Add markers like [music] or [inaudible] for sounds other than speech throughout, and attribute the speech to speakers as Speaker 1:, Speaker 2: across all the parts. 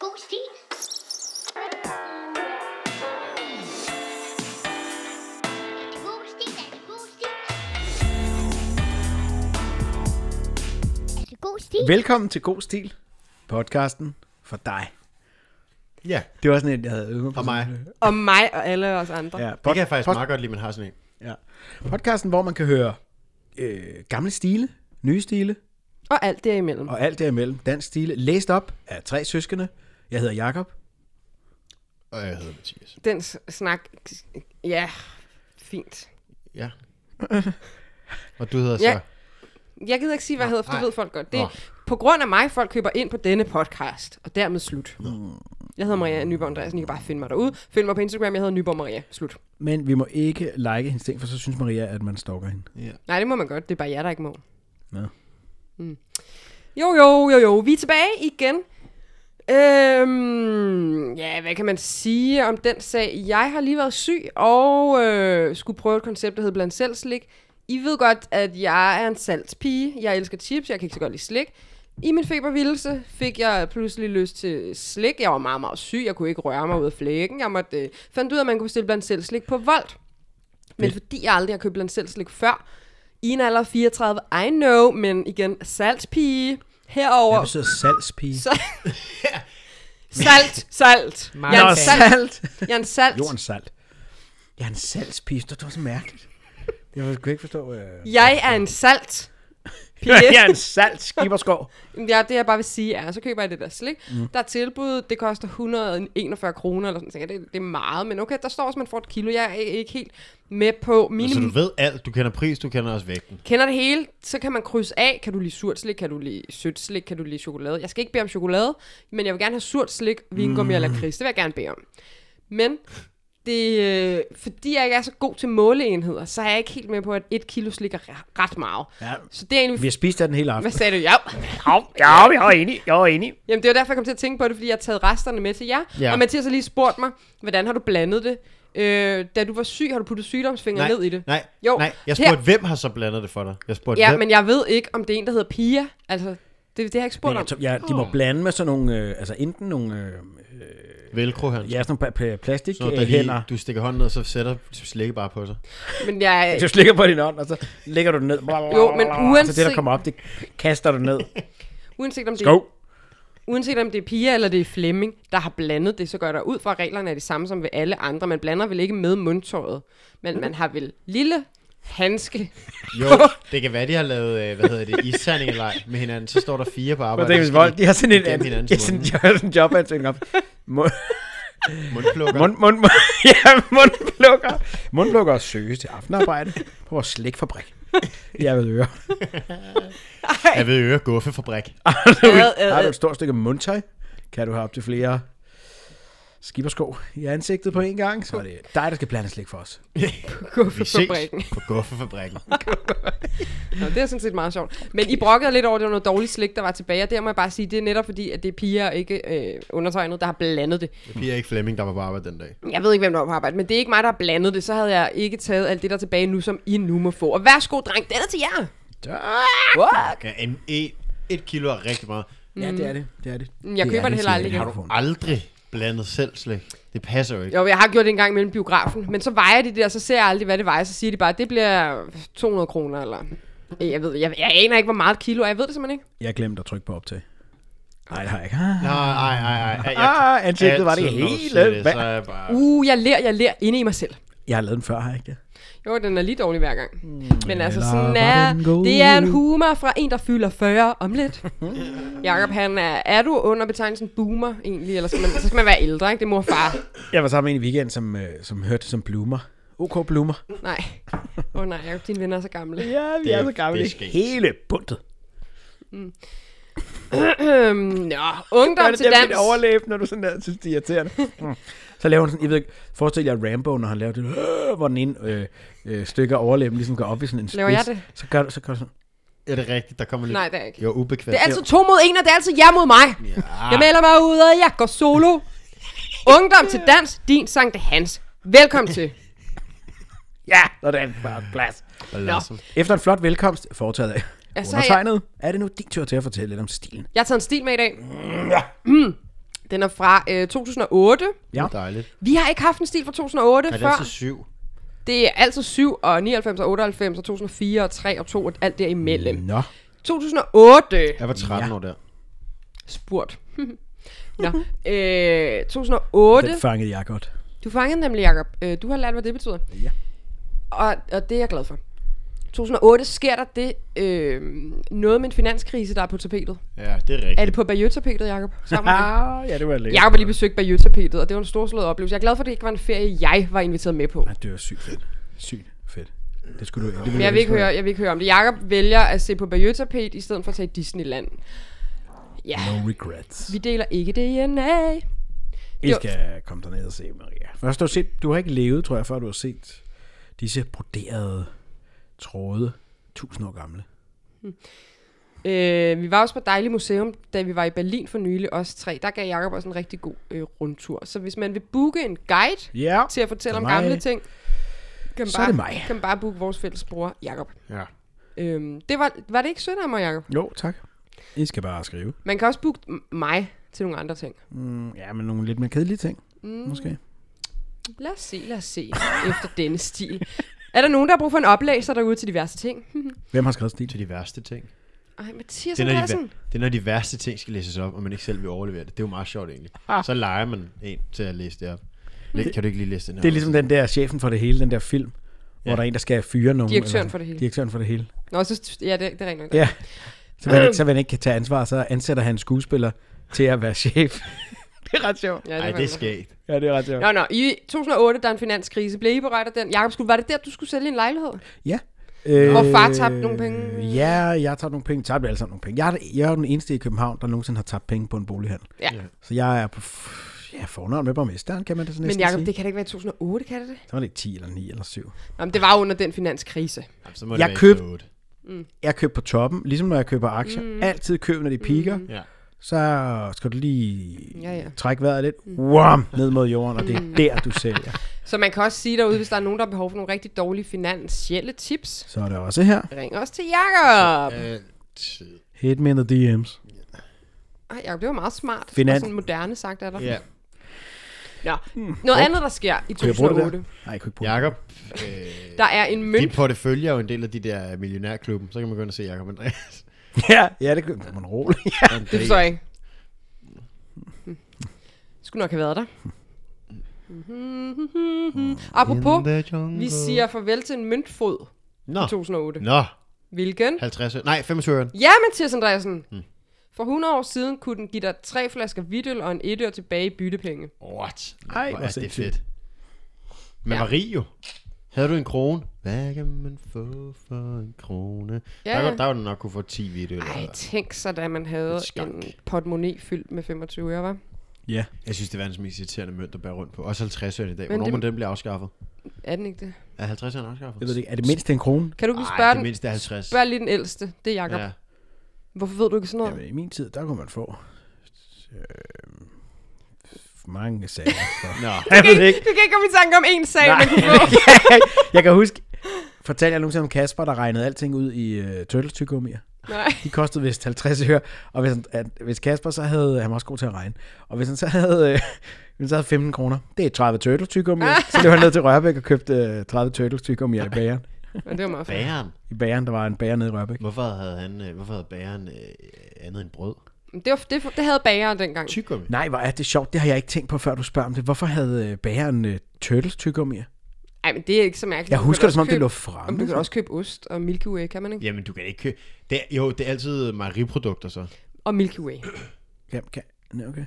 Speaker 1: Boosty.
Speaker 2: Velkommen til God Stil, podcasten for dig.
Speaker 3: Ja,
Speaker 2: Det var sådan en, jeg havde øvet mig på.
Speaker 3: og mig.
Speaker 4: Om mig og alle os andre.
Speaker 2: Ja,
Speaker 3: Det
Speaker 2: pod-
Speaker 3: kan jeg faktisk
Speaker 2: pod-
Speaker 3: meget godt lide, man har sådan en.
Speaker 2: ja. Podcasten, hvor man kan høre øh, gamle stile, nye stile
Speaker 4: Og alt derimellem.
Speaker 2: og alt derimellem. Dansk stile, læst op af tre søskende. Jeg hedder Jakob.
Speaker 3: Og jeg hedder Mathias.
Speaker 4: Den s- snak, ja, fint.
Speaker 3: Ja. [laughs] Og du hedder så...
Speaker 4: Ja. Jeg gider ikke sige, hvad jeg hedder, for det
Speaker 3: nej.
Speaker 4: ved folk godt. Det
Speaker 3: Nå.
Speaker 4: er på grund af mig, folk køber ind på denne podcast, og dermed slut. Jeg hedder Maria Nyborg Andreasen, I kan bare finde mig derude. Find mig på Instagram, jeg hedder Nyborg Maria. Slut.
Speaker 2: Men vi må ikke like hendes ting, for så synes Maria, at man stalker hende.
Speaker 4: Nej, det må man godt. Det er bare jer, der ikke må. Mm.
Speaker 2: Nå.
Speaker 4: Jo, jo, jo, jo. Vi er tilbage igen. Øhm, ja, hvad kan man sige om den sag? Jeg har lige været syg og øh, skulle prøve et koncept, der hedder blandt selv slik. I ved godt, at jeg er en saltpige. Jeg elsker chips, jeg kan ikke så godt lide slik. I min febervildelse fik jeg pludselig lyst til slik. Jeg var meget, meget syg. Jeg kunne ikke røre mig ud af flækken. Jeg måtte, øh, fandt ud af, at man kunne bestille blandt selv slik på Volt. Men fordi jeg aldrig har købt blandt selv slik før, i en alder af 34, I know, men igen, saltpige
Speaker 2: Hvad
Speaker 4: herover.
Speaker 2: betyder salgspige?
Speaker 4: Så... salt, [laughs] salt. Jeg er en salt. Jeg er en salt.
Speaker 2: Jordens salt. Jeg er en salgspige. Det var så mærkeligt. Jeg kunne ikke forstå... Øh...
Speaker 4: Jeg er en salt. Pige.
Speaker 2: [laughs] Jeg er en salt skiberskov.
Speaker 4: ja, det jeg bare vil sige er, så køber jeg det der slik. Mm. Der er tilbud, det koster 141 kroner, eller sådan noget. Det, det er meget, men okay, der står også, man får et kilo. Jeg er ikke ikke helt med på mine...
Speaker 3: Så du ved alt. Du kender pris, du kender også vægten.
Speaker 4: Kender det hele, så kan man krydse af. Kan du lide surt slik? Kan du lide sødt slik? Kan du lide chokolade? Jeg skal ikke bede om chokolade, men jeg vil gerne have surt slik, vingummi mm. eller lakrids. Det vil jeg gerne bede om. Men det, øh, fordi jeg ikke er så god til måleenheder, så er jeg ikke helt med på, at et kilo slik er re- ret meget.
Speaker 2: Ja.
Speaker 4: Så det er egentlig...
Speaker 2: Vi har spist af den hele
Speaker 4: Hvad
Speaker 2: aften.
Speaker 4: sagde du? Ja.
Speaker 5: Ja, jeg er enig. Jeg er enig.
Speaker 4: Jamen, det var derfor, jeg kom til at tænke på det, fordi jeg har taget resterne med til jer.
Speaker 3: Ja.
Speaker 4: Ja. Og Mathias har lige spurgt mig, hvordan har du blandet det? Øh, da du var syg, har du puttet sygdomsfingre ned i det?
Speaker 3: Nej,
Speaker 4: Jo,
Speaker 3: nej. Jeg
Speaker 4: her-
Speaker 3: spurgte, hvem har så blandet det for dig? Jeg spurgte,
Speaker 4: Ja,
Speaker 3: hvem?
Speaker 4: men jeg ved ikke, om det er en, der hedder Pia. Altså, det, det har jeg ikke spurgt
Speaker 2: Men jeg
Speaker 4: om.
Speaker 2: tror- ja, de må blande med sådan nogle, øh, altså enten nogle, øh,
Speaker 3: Velcro her.
Speaker 2: ja, sådan nogle pa- pa- plastik
Speaker 3: Så
Speaker 2: øh,
Speaker 3: der
Speaker 2: hænder.
Speaker 3: lige, du stikker hånden ned, og så sætter slikke bare på sig.
Speaker 4: Men jeg,
Speaker 2: Du [laughs] slikker på din hånd, og så lægger du den ned. Bla, bla, bla,
Speaker 4: Jo,
Speaker 2: bla,
Speaker 4: men
Speaker 2: bla, bla. Så det, der
Speaker 4: uanset-
Speaker 2: kommer op, det kaster du ned.
Speaker 4: uanset, om det,
Speaker 2: Go.
Speaker 4: uanset om det er Pia eller det er Flemming, der har blandet det, så gør der ud fra at reglerne er de samme som ved alle andre. Man blander vel ikke med mundtøjet, men man har vel lille handske. [laughs]
Speaker 3: Jo, det kan være, de har lavet, øh, hvad hedder det, isterning eller ej med hinanden. Så står der fire på
Speaker 2: Og
Speaker 3: arbejde.
Speaker 2: det er vold. De har sådan en,
Speaker 3: Gennem
Speaker 2: de
Speaker 3: hinandens
Speaker 2: har sådan, de har sådan en [laughs] jobansøgning op. Mund,
Speaker 3: Mundplukker.
Speaker 2: mund, mund, mund, [laughs] ja, mundplukker. Mundplukker søges til aftenarbejde på vores slikfabrik. Jeg vil høre.
Speaker 3: Jeg ved øre guffefabrik.
Speaker 4: Ad,
Speaker 2: Har
Speaker 4: ad,
Speaker 2: du
Speaker 4: ad.
Speaker 2: et stort stykke mundtøj, kan du have op til flere skibersko i ansigtet på en gang, så er det dig, der skal blande slik for os.
Speaker 3: Vi ses
Speaker 4: Guffefabrikken.
Speaker 3: på guffefabrikken.
Speaker 4: Nå, det er sådan set meget sjovt. Men I brokkede lidt over, at det var noget dårligt slik, der var tilbage, og der må jeg bare sige, det er netop fordi, at det er Pia og ikke øh, undertegnet, der har blandet det.
Speaker 3: Pia er ikke Flemming, der var på arbejde den dag.
Speaker 4: Jeg ved ikke, hvem der var på arbejde, men det er ikke mig, der har blandet det. Så havde jeg ikke taget alt det, der er tilbage nu, som I nu må få. Og værsgo, dreng, den er til jer. What?
Speaker 3: Ja, en, et, et kilo er rigtig meget.
Speaker 2: Ja, det er det. det, er det.
Speaker 4: Mm. Jeg køber det heller aldrig
Speaker 2: siger jeg.
Speaker 4: igen.
Speaker 3: Har du aldrig blandet selv slik? Det passer jo ikke.
Speaker 4: Jo, jeg har gjort det en gang mellem biografen, men så vejer de det, og så ser jeg aldrig, hvad det vejer. Så siger de bare, at det bliver 200 kroner, eller... Jeg ved, jeg, jeg aner ikke, hvor meget et kilo er. Jeg ved det simpelthen ikke.
Speaker 2: Jeg glemte at trykke på optag. Nej, det har jeg ikke. Ah,
Speaker 3: Nej, nej, nej, nej.
Speaker 2: Ah, ansigtet var det hele.
Speaker 3: Det, så er jeg bare...
Speaker 4: Uh, jeg lærer, jeg lærer inde i mig selv.
Speaker 2: Jeg har lavet den før, har jeg ikke det?
Speaker 4: Jo, den er lige dårlig hver gang. Men altså,
Speaker 2: Eller
Speaker 4: sådan
Speaker 2: var
Speaker 4: er,
Speaker 2: den god?
Speaker 4: det er en humor fra en, der fylder 40 om lidt. Jakob, han er, er du under betegnelsen boomer egentlig, eller skal man, så skal man være ældre, ikke? Det er mor og far.
Speaker 2: Jeg var sammen med en i weekenden, som, øh, som hørte det som bloomer. OK bloomer.
Speaker 4: Nej. Åh oh, nej, Jacob, dine venner er så gamle.
Speaker 2: Ja, vi
Speaker 3: Det er- det er skægt.
Speaker 2: Hele bundet.
Speaker 4: Øhm, Nå, ungdom til
Speaker 2: det,
Speaker 4: dans.
Speaker 2: mit overlæb, når du sådan der synes, det er irriterende. [laughs] Mm. Så laver hun sådan, jeg ved ikke, forestil jer Rambo, når han laver det, øh, hvor den ene øh, øh, stykke af overlæben ligesom går op i sådan en spids.
Speaker 4: Laver jeg det?
Speaker 2: Så gør du, så gør du sådan.
Speaker 3: Er det rigtigt? Der kommer lidt...
Speaker 4: Nej, det er ikke.
Speaker 3: Jo, ubekvemt.
Speaker 4: Det er altid to mod en, og det er altid jer mod mig. Ja. Jeg melder mig ud, og jeg går solo. Ungdom til dans, din sang det hans.
Speaker 3: [laughs]
Speaker 4: Velkommen til.
Speaker 2: Ja, sådan, bare plads.
Speaker 3: Balancen.
Speaker 2: Efter en flot velkomst, foretaget af
Speaker 4: Ja, så er jeg-
Speaker 2: undertegnet, er det nu din tur til at fortælle lidt om stilen.
Speaker 4: Jeg har taget en stil med i dag. Mm. Den er fra øh, 2008.
Speaker 2: Ja.
Speaker 3: Ja. Dejligt.
Speaker 4: Vi har ikke haft en stil fra 2008
Speaker 3: Er det
Speaker 4: før.
Speaker 3: altid syv?
Speaker 4: Det er altså 7 og 99 og 98 og 2004 og 3 og 2 og alt derimellem.
Speaker 3: Mm.
Speaker 2: Nå.
Speaker 4: 2008
Speaker 3: Jeg var 13 ja. år der.
Speaker 4: spurgt. [laughs] Nå, øh, 2008.
Speaker 2: Den fangede jeg godt.
Speaker 4: Du fangede nemlig, Jacob. Øh, du har lært, hvad det betyder.
Speaker 2: Ja.
Speaker 4: Og, og det er jeg glad for. 2008 sker der det, øh, noget med en finanskrise, der er på tapetet.
Speaker 3: Ja, det er
Speaker 4: Er
Speaker 3: rigtigt.
Speaker 4: det på Bayeux-tapetet, Jacob? Sammen med det?
Speaker 2: [laughs] ja, det var lækkert.
Speaker 4: Jacob har lige besøgt Bayeux-tapetet, og det var en storslået oplevelse. Jeg er glad for, at det ikke var en ferie, jeg var inviteret med på.
Speaker 2: Ja, det var sygt fedt. Sygt fedt. Det skulle du det ville
Speaker 4: Men jeg vil ikke
Speaker 2: elske.
Speaker 4: høre, jeg vil ikke høre om det. Jakob vælger at se på Bayeux-tapet, i stedet for at tage i Disneyland. Ja,
Speaker 2: No regrets.
Speaker 4: vi deler ikke DNA.
Speaker 2: Vi
Speaker 4: Jo.
Speaker 2: skal komme derned og se Maria. Først du har set, du har ikke levet, tror jeg, før du har set disse broderede tråde, tusind år gamle.
Speaker 4: Øh, vi var også på Dejlig Museum, da vi var i Berlin for nylig, os tre. Der gav Jakob også en rigtig god øh, rundtur. Så hvis man vil booke en guide
Speaker 2: Ja.
Speaker 4: til at fortælle
Speaker 2: For
Speaker 4: om
Speaker 2: mig.
Speaker 4: gamle ting, kan man
Speaker 2: Så er
Speaker 4: bare,
Speaker 2: det mig.
Speaker 4: kan man bare booke vores fælles bror, Jakob.
Speaker 3: Ja.
Speaker 4: Øhm, det var, var det ikke sødt af mig, Jacob?
Speaker 2: Jo, tak. I skal bare skrive.
Speaker 4: Man kan også booke m- mig til nogle andre ting.
Speaker 2: Mm, ja, men nogle lidt mere kedelige ting,
Speaker 4: Mm,
Speaker 2: måske.
Speaker 4: lad os se, lad os [laughs] se efter denne stil. Er der nogen, der har brug for en oplæser derude til diverse ting? Hm.
Speaker 2: Hvem har skrevet stil?
Speaker 3: Til de værste ting.
Speaker 4: Ej, Mathias
Speaker 3: Det er, når de,
Speaker 4: Andreasen.
Speaker 3: væ- det er, når de værste ting skal læses op, og man ikke selv vil overlevere det. Det er jo meget sjovt egentlig. Så leger man en til at læse det op. Læ- kan du ikke lige læse den her?
Speaker 2: Det er ligesom den der chefen for det hele, den der film, hvor
Speaker 3: Ja.
Speaker 2: der er en, der skal fyre nogen.
Speaker 4: Direktøren
Speaker 2: eller-
Speaker 4: for det hele.
Speaker 2: Direktøren for det hele.
Speaker 4: Nå, så, ja, det, det er rent nok.
Speaker 2: Ja. Så man, ikke, så man ikke kan tage ansvar, så ansætter han en skuespiller til at være chef. det er ret sjovt.
Speaker 4: Ja,
Speaker 3: Ej,
Speaker 4: rent
Speaker 3: det er
Speaker 4: nok.
Speaker 3: skægt.
Speaker 2: [laughs] Ja, det er ret sjovt.
Speaker 4: Nå, nå, i 2008, der er en finanskrise. Blev I berørt af den? Jakob, skulle, var det der, du skulle sælge en lejlighed?
Speaker 2: Ja. Øh,
Speaker 4: Hvor far tabte nogle penge.
Speaker 2: Ja, jeg tabte nogle penge. Tabte alle sammen nogle penge. Jeg er, jeg er jo den eneste i København, der nogensinde har tabt penge på en bolighandel.
Speaker 4: Ja.
Speaker 2: Så jeg er på f- ja, fornøjende med borgmesteren, kan man det så
Speaker 4: Men
Speaker 2: næsten
Speaker 4: Jakob,
Speaker 2: sige.
Speaker 4: det kan da ikke være i 2008, kan det det?
Speaker 2: Så var det 10 eller 9 eller 7.
Speaker 4: Nå, men det var under den finanskrise.
Speaker 3: Jamen, så må det
Speaker 2: Jeg
Speaker 3: være
Speaker 2: købte-
Speaker 3: efter otte.
Speaker 2: Jeg køber på toppen, ligesom når jeg køber aktier. Mm. Altid køb, når de piker. Mm.
Speaker 3: Ja.
Speaker 2: Så skal du lige
Speaker 4: Ja, ja. Mm.
Speaker 2: trække vejret lidt. Mm. Wham, ned mod jorden, og det er der, du sælger.
Speaker 4: Så man kan også sige derude, hvis der er nogen, der har behov for nogle rigtig dårlige finansielle tips.
Speaker 2: Så er der også her.
Speaker 4: Ring også til Jakob.
Speaker 3: Øh, Altid.
Speaker 2: Hit me in the DM's.
Speaker 4: Ej, Jakob, det var meget smart.
Speaker 2: Finan-
Speaker 4: Og sådan moderne sagt er der.
Speaker 3: Ja.
Speaker 4: Nå, noget andet, der sker i
Speaker 2: Kan jeg bruge det der?
Speaker 4: 2008.
Speaker 2: Nej, jeg kunne ikke bruge
Speaker 3: Jakob, øh,
Speaker 4: Der er en
Speaker 3: din
Speaker 4: mønt.
Speaker 3: portefølje er jo en del af de der millionærklubben. Så kan man gå ind og se Jakob Andreas.
Speaker 4: [laughs]
Speaker 2: det. Ja, ja, det kunne man roligt. Ja.
Speaker 4: Det forstår jeg ikke. Hm. Skulle nok have været der.
Speaker 2: Hmm.
Speaker 4: Apropos, vi siger farvel til en møntfod
Speaker 2: Ah.
Speaker 3: Nå.
Speaker 4: i 2008.
Speaker 3: Nå.
Speaker 4: Hvilken?
Speaker 3: 50 øre. Nej, 25 øre.
Speaker 4: Ja, Mathias Andreasen.
Speaker 2: Hmm.
Speaker 4: For 100 år siden kunne den give dig tre flasker hvidøl og en etør tilbage i byttepenge.
Speaker 3: What?
Speaker 2: Ej,
Speaker 3: hvor
Speaker 2: hvor
Speaker 3: er det
Speaker 2: sindssygt.
Speaker 3: fedt. Men
Speaker 4: Ja.
Speaker 3: ja. Marie jo. Havde du en krone? Hvad kan man få for en krone?
Speaker 4: Ja,
Speaker 3: der,
Speaker 4: ja.
Speaker 3: kunne- der ville du nok kunne få 10 videoer.
Speaker 4: Ej, tænk så, da man havde
Speaker 3: Et skank.
Speaker 4: en portemonnaie fyldt med 25 øre, var.
Speaker 2: [laughs] ja.
Speaker 3: Jeg synes, det er verdens mest irriterende mønt at bære rundt på. Også 50 øre i dag.
Speaker 4: Men
Speaker 3: Hvornår
Speaker 4: det-
Speaker 3: må den blive afskaffet?
Speaker 4: Er den ikke det?
Speaker 3: Er 50 øre afskaffet?
Speaker 2: Jeg ved det ikke. Er det mindst en krone?
Speaker 4: Kan du ikke
Speaker 3: Ej,
Speaker 4: spørge
Speaker 3: det
Speaker 4: den?
Speaker 3: mindste er 50.
Speaker 4: Spørg lige den ældste. Det er Jakob.
Speaker 3: Ja.
Speaker 4: Hvorfor ved du ikke sådan noget?
Speaker 2: Jamen, i min tid, der kunne man få øh, mange sager. For.
Speaker 3: Nå.
Speaker 2: jeg ved det ikke.
Speaker 4: Du kan ikke komme i tanke om en sag,
Speaker 2: Nej.
Speaker 4: man kunne få.
Speaker 2: [laughs] Jeg kan huske, fortalte jeg nogensinde om Kasper, der regnede alting ud i uh, Turtles tyggegummier.
Speaker 4: Nej.
Speaker 2: De kostede vist 50 øre, og hvis, han, at, hvis Kasper så havde, han var også god til at regne, og hvis han så havde, øh, [laughs] hvis han så havde 15 kroner, det er 30 Turtles tyggegummier, så løb han ned til Rørbæk og købte øh, 30 Turtles tyggegummier i bageren.
Speaker 4: Men det var meget fedt.
Speaker 3: Bæren.
Speaker 2: I bageren, der var en bager nede i Rørbæk.
Speaker 3: Hvorfor havde, han, øh, hvorfor havde bæren øh, andet end brød?
Speaker 4: Men Det, var, det, det havde bager dengang.
Speaker 3: Tyggegummi.
Speaker 2: Nej, hvor er det sjovt, det har jeg ikke tænkt på, før du spørger om det. Hvorfor havde øh, bageren øh, Turtles tyggegummier?
Speaker 4: Ej, men det er ikke så mærkeligt.
Speaker 2: Jeg
Speaker 4: Du kan
Speaker 2: husker det,
Speaker 4: også
Speaker 2: som om det
Speaker 4: købe-
Speaker 2: lå
Speaker 4: Jamen,
Speaker 2: fremme.
Speaker 4: du kan også købe ost og Milky Way, kan man ikke?
Speaker 3: Jamen, du kan ikke købe... Det er, jo, det er altid mejeriprodukter, så.
Speaker 4: Og Milky Way.
Speaker 2: Ja, kan, nej, okay.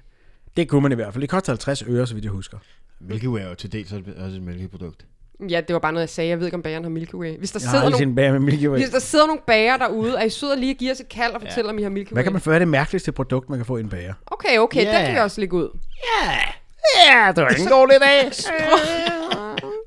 Speaker 2: Det kunne man i hvert fald. Det koster 50 øre, så vidt jeg husker.
Speaker 3: Milky Way er jo til dels også et mælkeprodukt.
Speaker 4: Ja, det var bare noget, jeg sagde. Jeg ved ikke, om bageren har Milky Way. Hvis der,
Speaker 2: Jeg har
Speaker 4: sidder
Speaker 2: aldrig set
Speaker 4: nogle,
Speaker 2: en bager med Milky Way.
Speaker 4: hvis der sidder nogle bager derude, er I søde og lige giver os et kald og fortæller, ja. om I har Milky Way?
Speaker 2: Hvad kan man få af det mærkeligste produkt, man kan få i en bager?
Speaker 4: Okay, okay, yeah. den
Speaker 3: Ja.
Speaker 4: kan vi også lægge ud.
Speaker 2: Ja, det var en god lidt af.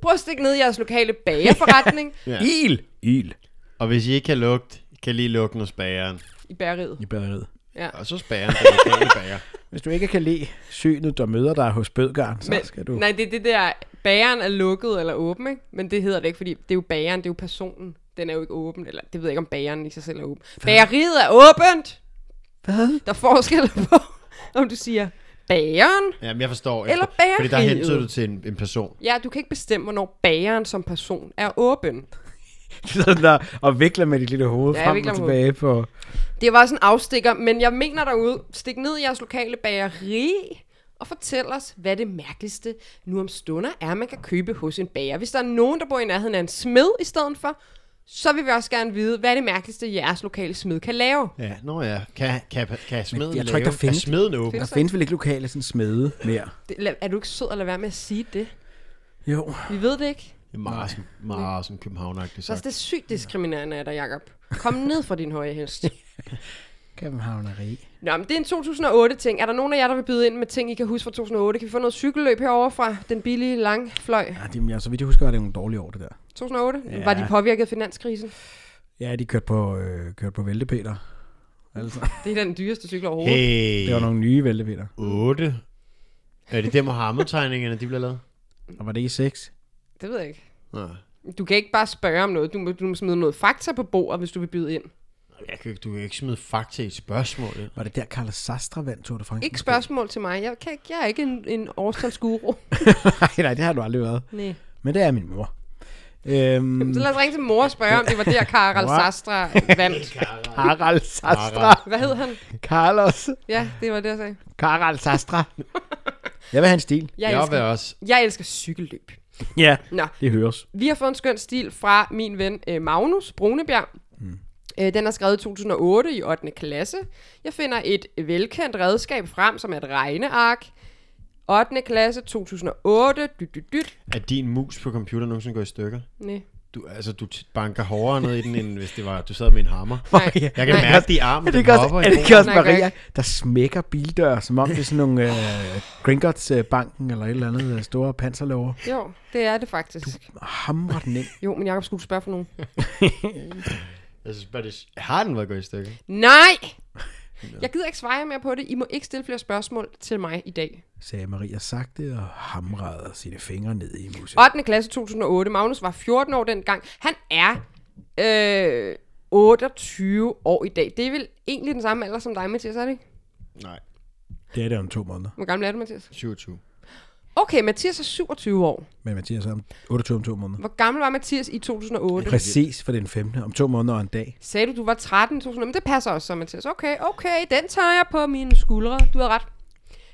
Speaker 4: Prøv at stikke ned i jeres lokale bagerforretning
Speaker 3: Ja.
Speaker 2: Il. Il.
Speaker 3: Og hvis I ikke kan lugte, kan lige lugte hos bageren.
Speaker 4: i bageriet.
Speaker 2: I bageriet.
Speaker 3: Og så spageren, den lokale [laughs] bager.
Speaker 2: Hvis du ikke kan lide synet, der møder dig hos bødgaren, så
Speaker 4: Men,
Speaker 2: skal du... [laughs]
Speaker 4: Nej, det er det der, bageren er lukket eller åben, ikke? Men det hedder det ikke, fordi det er jo bageren, det er jo personen. Den er jo ikke åben, eller det ved jeg ikke, om bageren i sig selv er åben. Bageriet er åbent!
Speaker 2: Hvad?
Speaker 4: Der er forskel på, om du siger bageren.
Speaker 3: Jamen, jeg forstår. Jeg
Speaker 4: Eller
Speaker 3: forstår. Fordi der
Speaker 4: bageriet.
Speaker 3: hentyder du til en, en person.
Speaker 4: Ja, du kan ikke bestemme, hvornår bageren som person er åben.
Speaker 2: Sådan der, og vikler med dit lille hoved
Speaker 4: Ja,
Speaker 2: ja,
Speaker 4: jeg
Speaker 2: frem
Speaker 4: vikler
Speaker 2: og
Speaker 4: med
Speaker 2: tilbage på...
Speaker 4: Det var sådan en afstikker, men jeg mener derude, stik ned i jeres lokale bageri og fortæl os, hvad det mærkeligste nu om stunder er, man kan købe hos en bager. Hvis der er nogen, der bor i nærheden af en smed i stedet for, så vil vi også gerne vide, hvad det mærkeligste jeres lokale smed kan lave.
Speaker 3: Ja, nå ja. Kan, kan, kan smeden
Speaker 2: jeg tror ikke,
Speaker 3: lave-
Speaker 2: der findes-
Speaker 3: Kan smeden åbne?
Speaker 2: Der findes vel ikke lokale sådan smede mere?
Speaker 4: Det, la- er du ikke sød at lade være med at sige det?
Speaker 2: Jo.
Speaker 4: Vi ved det ikke.
Speaker 3: Det er meget, sådan- meget sådan københavnagtigt
Speaker 4: Så er
Speaker 3: sagt.
Speaker 4: det er sygt diskriminerende af dig, Jacob. Kom ned fra din høje hest.
Speaker 2: Københavneri.
Speaker 4: Nå, men det er en 2008-ting. Er der nogen af jer, der vil byde ind med ting, I kan huske fra 2008? Kan vi få noget cykelløb herovre fra den billige langfløj?
Speaker 2: Ja, det, ja, så vidt jeg husker, var det nogle dårlige år, det der.
Speaker 4: 2008?
Speaker 2: Ja.
Speaker 4: Ja. Var de påvirket af finanskrisen?
Speaker 2: Ja, de kørte på, øh, kørte på væltepeter. [laughs] Altså,
Speaker 4: Det er den dyreste cykel overhovedet. Hey.
Speaker 3: Hey,
Speaker 2: det var nogle nye væltepeter.
Speaker 3: 8. Er det der Mohammed-tegningerne, de bliver lavet?
Speaker 2: Og var det i 6?
Speaker 4: Det ved jeg ikke.
Speaker 3: Nå.
Speaker 4: Du kan ikke bare spørge om noget. Du må, du må smide noget fakta på bordet, hvis du vil byde ind.
Speaker 3: Jeg kan, ikke- du kan ikke smide fakta i et spørgsmål. ind.
Speaker 2: Var det der, Carlos Sastre vandt Tour de France?
Speaker 4: Ikke spørgsmål til mig. Jeg, kan, ikke- jeg er ikke en, en
Speaker 2: [laughs]
Speaker 4: årstagsguru.
Speaker 2: nej, nej, det har du aldrig været.
Speaker 4: Nej.
Speaker 2: Men det er min mor. Øhm,
Speaker 4: Så lad os ringe til mor og spørge, om det var der, Karel
Speaker 2: Mor.
Speaker 4: Sastra vandt.
Speaker 2: Harald Sastre.
Speaker 3: Harald.
Speaker 4: Hvad hed han?
Speaker 2: Carlos.
Speaker 4: Ja, det var det, jeg sagde.
Speaker 2: Harald Sastre. jeg vil have en stil.
Speaker 4: Jeg
Speaker 3: Jeg vil
Speaker 4: elsker,
Speaker 3: også.
Speaker 4: jeg elsker cykelløb.
Speaker 2: Ja.
Speaker 4: Nå,
Speaker 2: Det høres.
Speaker 4: Vi har fået en skøn stil fra min ven øh, Magnus Brunebjerg. Mm. Den er skrevet i 2008 i 8. klasse. Jeg finder et velkendt redskab frem, som er et regneark. 8. klasse 2008. Dyt, dyt, dyt.
Speaker 3: Er din mus på computeren nogensinde går i stykker?
Speaker 4: Næ.
Speaker 3: Du, altså, du t- banker hårdere ned i den, end hvis det var, du sad med en hammer.
Speaker 4: Nej.
Speaker 3: Jeg kan
Speaker 4: Nej.
Speaker 3: mærke, at de arme,
Speaker 2: Er det
Speaker 3: den
Speaker 2: ikke også,
Speaker 3: hopper i
Speaker 2: er det
Speaker 3: bordet.
Speaker 2: ikke også
Speaker 4: Nej,
Speaker 2: Maria,
Speaker 4: Greg.
Speaker 2: der smækker bildør, som om det er sådan nogle øh, Gringotts-banken eller et eller andet øh, store panserlover?
Speaker 4: Jo, det er det faktisk.
Speaker 2: Hamrer den ind.
Speaker 4: Jo, men Jacob skulle spørge for nogen.
Speaker 3: Jeg synes bare, det har den været gået i stykker.
Speaker 4: Nej! Jeg gider ikke svare jer mere på det. I må ikke stille flere spørgsmål til mig i dag.
Speaker 2: Sagde Maria sagte og hamrede sine fingre ned i musen.
Speaker 4: 8. klasse 2008. Magnus var 14 år dengang. Han er øh, 28 år i dag. Det er vel egentlig den samme alder som dig, Mathias, er det ikke?
Speaker 3: Nej,
Speaker 2: Det er det om to måneder.
Speaker 4: Hvor gammel er du, Mathias?
Speaker 3: 27.
Speaker 4: Okay, Mathias er 27 år.
Speaker 2: Men Mathias er om 28 om to måneder.
Speaker 4: Hvor gammel var Mathias i 2008?
Speaker 2: Præcis for den 15. om to måneder og en dag.
Speaker 4: Sagde du, du var 13 i 2008? Men det passer også så, Mathias. Okay, okay, den tager jeg på mine skuldre. Du har ret.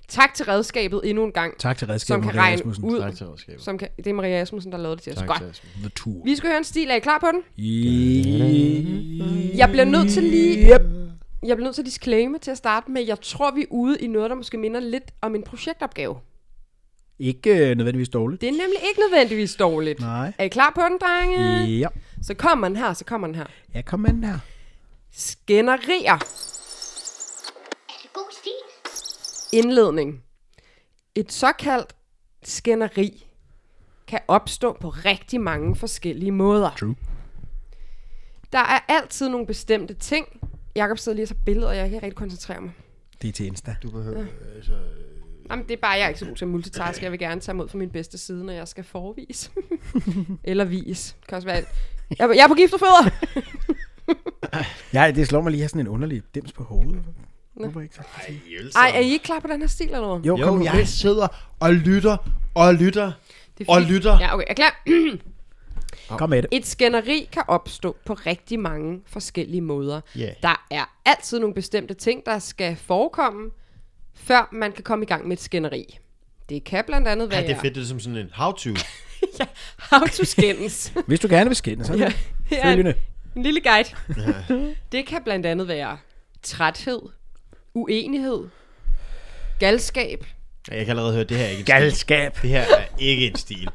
Speaker 4: Tak til redskabet endnu en gang.
Speaker 2: Tak til
Speaker 4: Som
Speaker 2: redskabet
Speaker 4: kan
Speaker 2: Maria
Speaker 4: regne
Speaker 2: Rasmussen.
Speaker 4: ud.
Speaker 3: Tak til redskabet.
Speaker 4: Som kan, det er Maria Asmussen, der lavede det til os.
Speaker 3: Tak
Speaker 4: Godt.
Speaker 3: til Asmus.
Speaker 2: The tour.
Speaker 4: Vi skal høre en stil. Er I klar på den?
Speaker 2: I...
Speaker 4: Jeg bliver nødt til lige...
Speaker 2: Yep.
Speaker 4: Jeg bliver nødt til at disclaime til at starte med. Jeg tror, vi er ude i noget, der måske minder lidt om en projektopgave.
Speaker 2: Ikke øh, nødvendigvis dårligt.
Speaker 4: Det er nemlig ikke nødvendigvis dårligt.
Speaker 2: Nej.
Speaker 4: Er I klar på den, drenge?
Speaker 2: Ja.
Speaker 4: Så kommer den her, så kommer den her.
Speaker 2: Ja, kom med den her.
Speaker 4: Skænderier.
Speaker 1: God stil.
Speaker 4: Indledning. Et såkaldt skænderi kan opstå på rigtig mange forskellige måder.
Speaker 2: True.
Speaker 4: Der er altid nogle bestemte ting. Jakob sidder lige og tager billeder, og jeg kan ikke rigtig koncentrere mig.
Speaker 2: Det er til Insta.
Speaker 3: Du behøver... Altså,
Speaker 4: Jamen, det er bare, jeg er ikke så god til at multitaske. Jeg vil gerne tage mod fra min bedste side, når jeg skal
Speaker 3: [laughs]
Speaker 4: forvise. Eller vis. Det kan også være alt. Jeg er på- jeg er på gift
Speaker 3: [laughs]
Speaker 4: og fødder!
Speaker 2: Ja, det slår mig lige at have sådan en underlig dims på hovedet. Hvorfor ikke?
Speaker 4: Ej, er I ikke klar på den her stil eller noget?
Speaker 2: Jo,
Speaker 3: Øh, jo,
Speaker 2: kom nu.
Speaker 3: jeg sidder og lytter og lytter
Speaker 4: Det
Speaker 3: og lytter.
Speaker 4: Ja, okay, jeg er klar. [clears throat]
Speaker 2: Kom med det.
Speaker 4: Et skænderi kan opstå på rigtig mange forskellige måder.
Speaker 3: Ja.
Speaker 4: Der er altid nogle bestemte ting, der skal forekomme, før man kan komme i gang med et skænderi. Det kan blandt andet
Speaker 3: Ja,
Speaker 4: være
Speaker 3: det
Speaker 4: [laughs]
Speaker 3: er fedt, det er som sådan en how-to.
Speaker 4: how to
Speaker 3: [laughs]
Speaker 4: skændes.
Speaker 2: Hvis du gerne vil skændes, så er det
Speaker 4: Her er en-
Speaker 2: følgende.
Speaker 4: En lille
Speaker 2: [laughs]
Speaker 4: guide. det kan blandt andet være træthed, uenighed, galskab.
Speaker 3: Jeg kan allerede høre, det her er ikke en stil.
Speaker 2: Galskab.
Speaker 3: Det her er ikke en stil.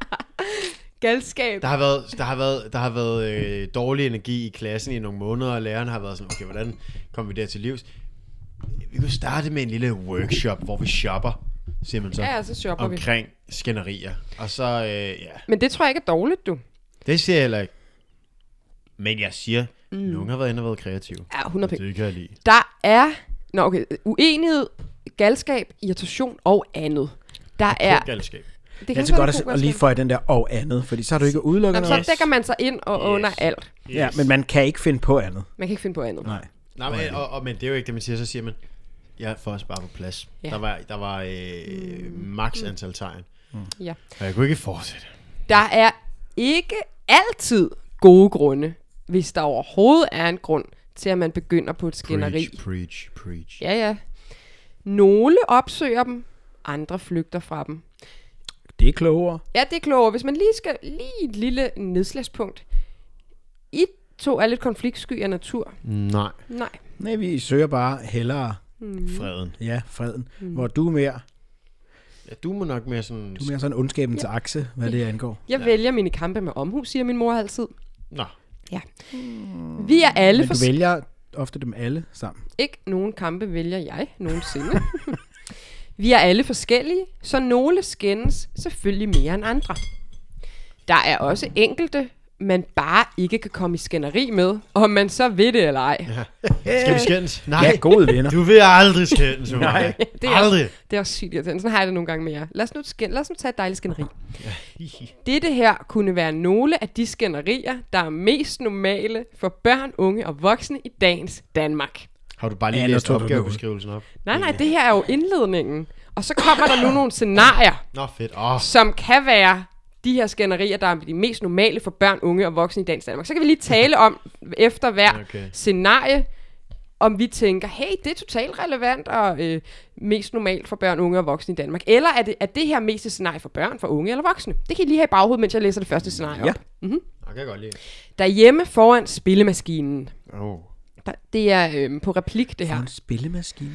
Speaker 4: Galskab.
Speaker 3: Der har været, der har været, der har været øh, dårlig energi i klassen i nogle måneder, og læreren har været sådan, okay, hvordan kommer vi der til livs? Vi kunne starte med en lille workshop, hvor vi shopper, siger man så,
Speaker 4: Ja, så shopper vi.
Speaker 3: omkring skænderier. Og så, øh, ja,
Speaker 4: Men det tror jeg ikke er dårligt, du.
Speaker 3: det siger jeg heller ikke. Men jeg siger, mm. nogen har været inde og været kreative. Altså,
Speaker 4: Ja, 100 penge.
Speaker 3: Det kan jeg lide.
Speaker 4: Der er... Nå, okay. Uenighed, galskab, irritation og andet. Der
Speaker 3: Ja.
Speaker 4: er...
Speaker 3: Galskab.
Speaker 4: Det
Speaker 2: Det er altid
Speaker 4: også være
Speaker 2: godt
Speaker 4: en
Speaker 2: at,
Speaker 4: god
Speaker 2: at lige
Speaker 4: galskab.
Speaker 2: få den der og andet, fordi så er du ikke udelukket
Speaker 4: Nå, men
Speaker 2: noget.
Speaker 4: så dækker man sig ind og under alt.
Speaker 2: Ja, men man kan ikke finde på andet.
Speaker 4: Man kan ikke finde på andet.
Speaker 2: Nej.
Speaker 3: Nej, men, og, og, men det er jo ikke det, man siger. Så siger man, Jeg får også bare på plads.
Speaker 4: Ja.
Speaker 3: Ja.
Speaker 4: Mm.
Speaker 3: Der var, der var øh, max antal tegn.
Speaker 4: Ja.
Speaker 3: Og jeg kunne ikke fortsætte.
Speaker 4: Der er ikke altid gode grunde, hvis der overhovedet er en grund til, at man begynder på et skænderi.
Speaker 3: Preach, preach, preach.
Speaker 4: Ja, ja. Nogle opsøger dem, andre flygter fra dem.
Speaker 2: Det er klogere.
Speaker 4: Ja, det er klogere. Hvis man lige skal lige et lille nedslagspunkt. I to er lidt konfliktsky af natur.
Speaker 3: Nej.
Speaker 4: Nej.
Speaker 2: Nej, vi søger bare hellere,
Speaker 4: Mm.
Speaker 3: Freden.
Speaker 2: ja, freden. Mm. Hvor du er mere,
Speaker 3: Ja, du må nok mere sådan...
Speaker 2: du er mere sådan ondskaben ja. til akse, hvad det angår.
Speaker 4: Jeg ja. vælger mine kampe med omhu, siger min mor altid.
Speaker 3: Nå.
Speaker 4: Ja. Vi er alle
Speaker 2: Men
Speaker 4: for...
Speaker 2: du vælger ofte dem alle sammen.
Speaker 4: Ikke nogen kampe vælger jeg nogensinde. Vi er alle forskellige, så nogle skændes selvfølgelig mere end andre. Der er også enkelte, man bare ikke kan komme i skænderi med, om man så ved det eller ej.
Speaker 3: Skal vi skændes? Nej.
Speaker 2: Ja, gode venner.
Speaker 3: Du vil aldrig skændes med [laughs] mig.
Speaker 2: Nej.
Speaker 4: [laughs] Det er,
Speaker 3: aldrig.
Speaker 4: Det er også sygt irriterende. Sådan har jeg det nogle gange med jer. Lad os nu, skæn, lad os nu tage et dejligt skænderi. Dette her kunne være nogle af de skænderier, der er mest normale for børn, unge og voksne i dagens Danmark.
Speaker 3: Har du bare lige
Speaker 2: Ja,
Speaker 3: ja,
Speaker 2: nu
Speaker 3: læst
Speaker 2: tog du det ud.
Speaker 3: opgavebeskrivelsen op?
Speaker 4: Nej, nej, det her er jo indledningen. Og så kommer der nu nogle scenarier,
Speaker 3: Nå, fedt. Åh, oh,
Speaker 4: som kan være de her skænderier, der er de mest normale for børn, unge og voksne i dagens Danmark. Så kan vi lige tale om, [laughs] efter hver okay.
Speaker 3: Okay.
Speaker 4: scenarie, om vi tænker, hey, det er totalt relevant og øh, mest normalt for børn, unge og voksne i Danmark. Eller er det, er det her mest et scenarie for børn, for unge eller voksne? Det kan I lige have i baghovedet, mens jeg læser det første scenarie
Speaker 2: Ja.
Speaker 4: op.
Speaker 3: jeg kan godt lide.
Speaker 4: Derhjemme foran spillemaskinen.
Speaker 3: Oh.
Speaker 4: Der, det er øhm, på replik, det her.
Speaker 2: Ja. En spillemaskine.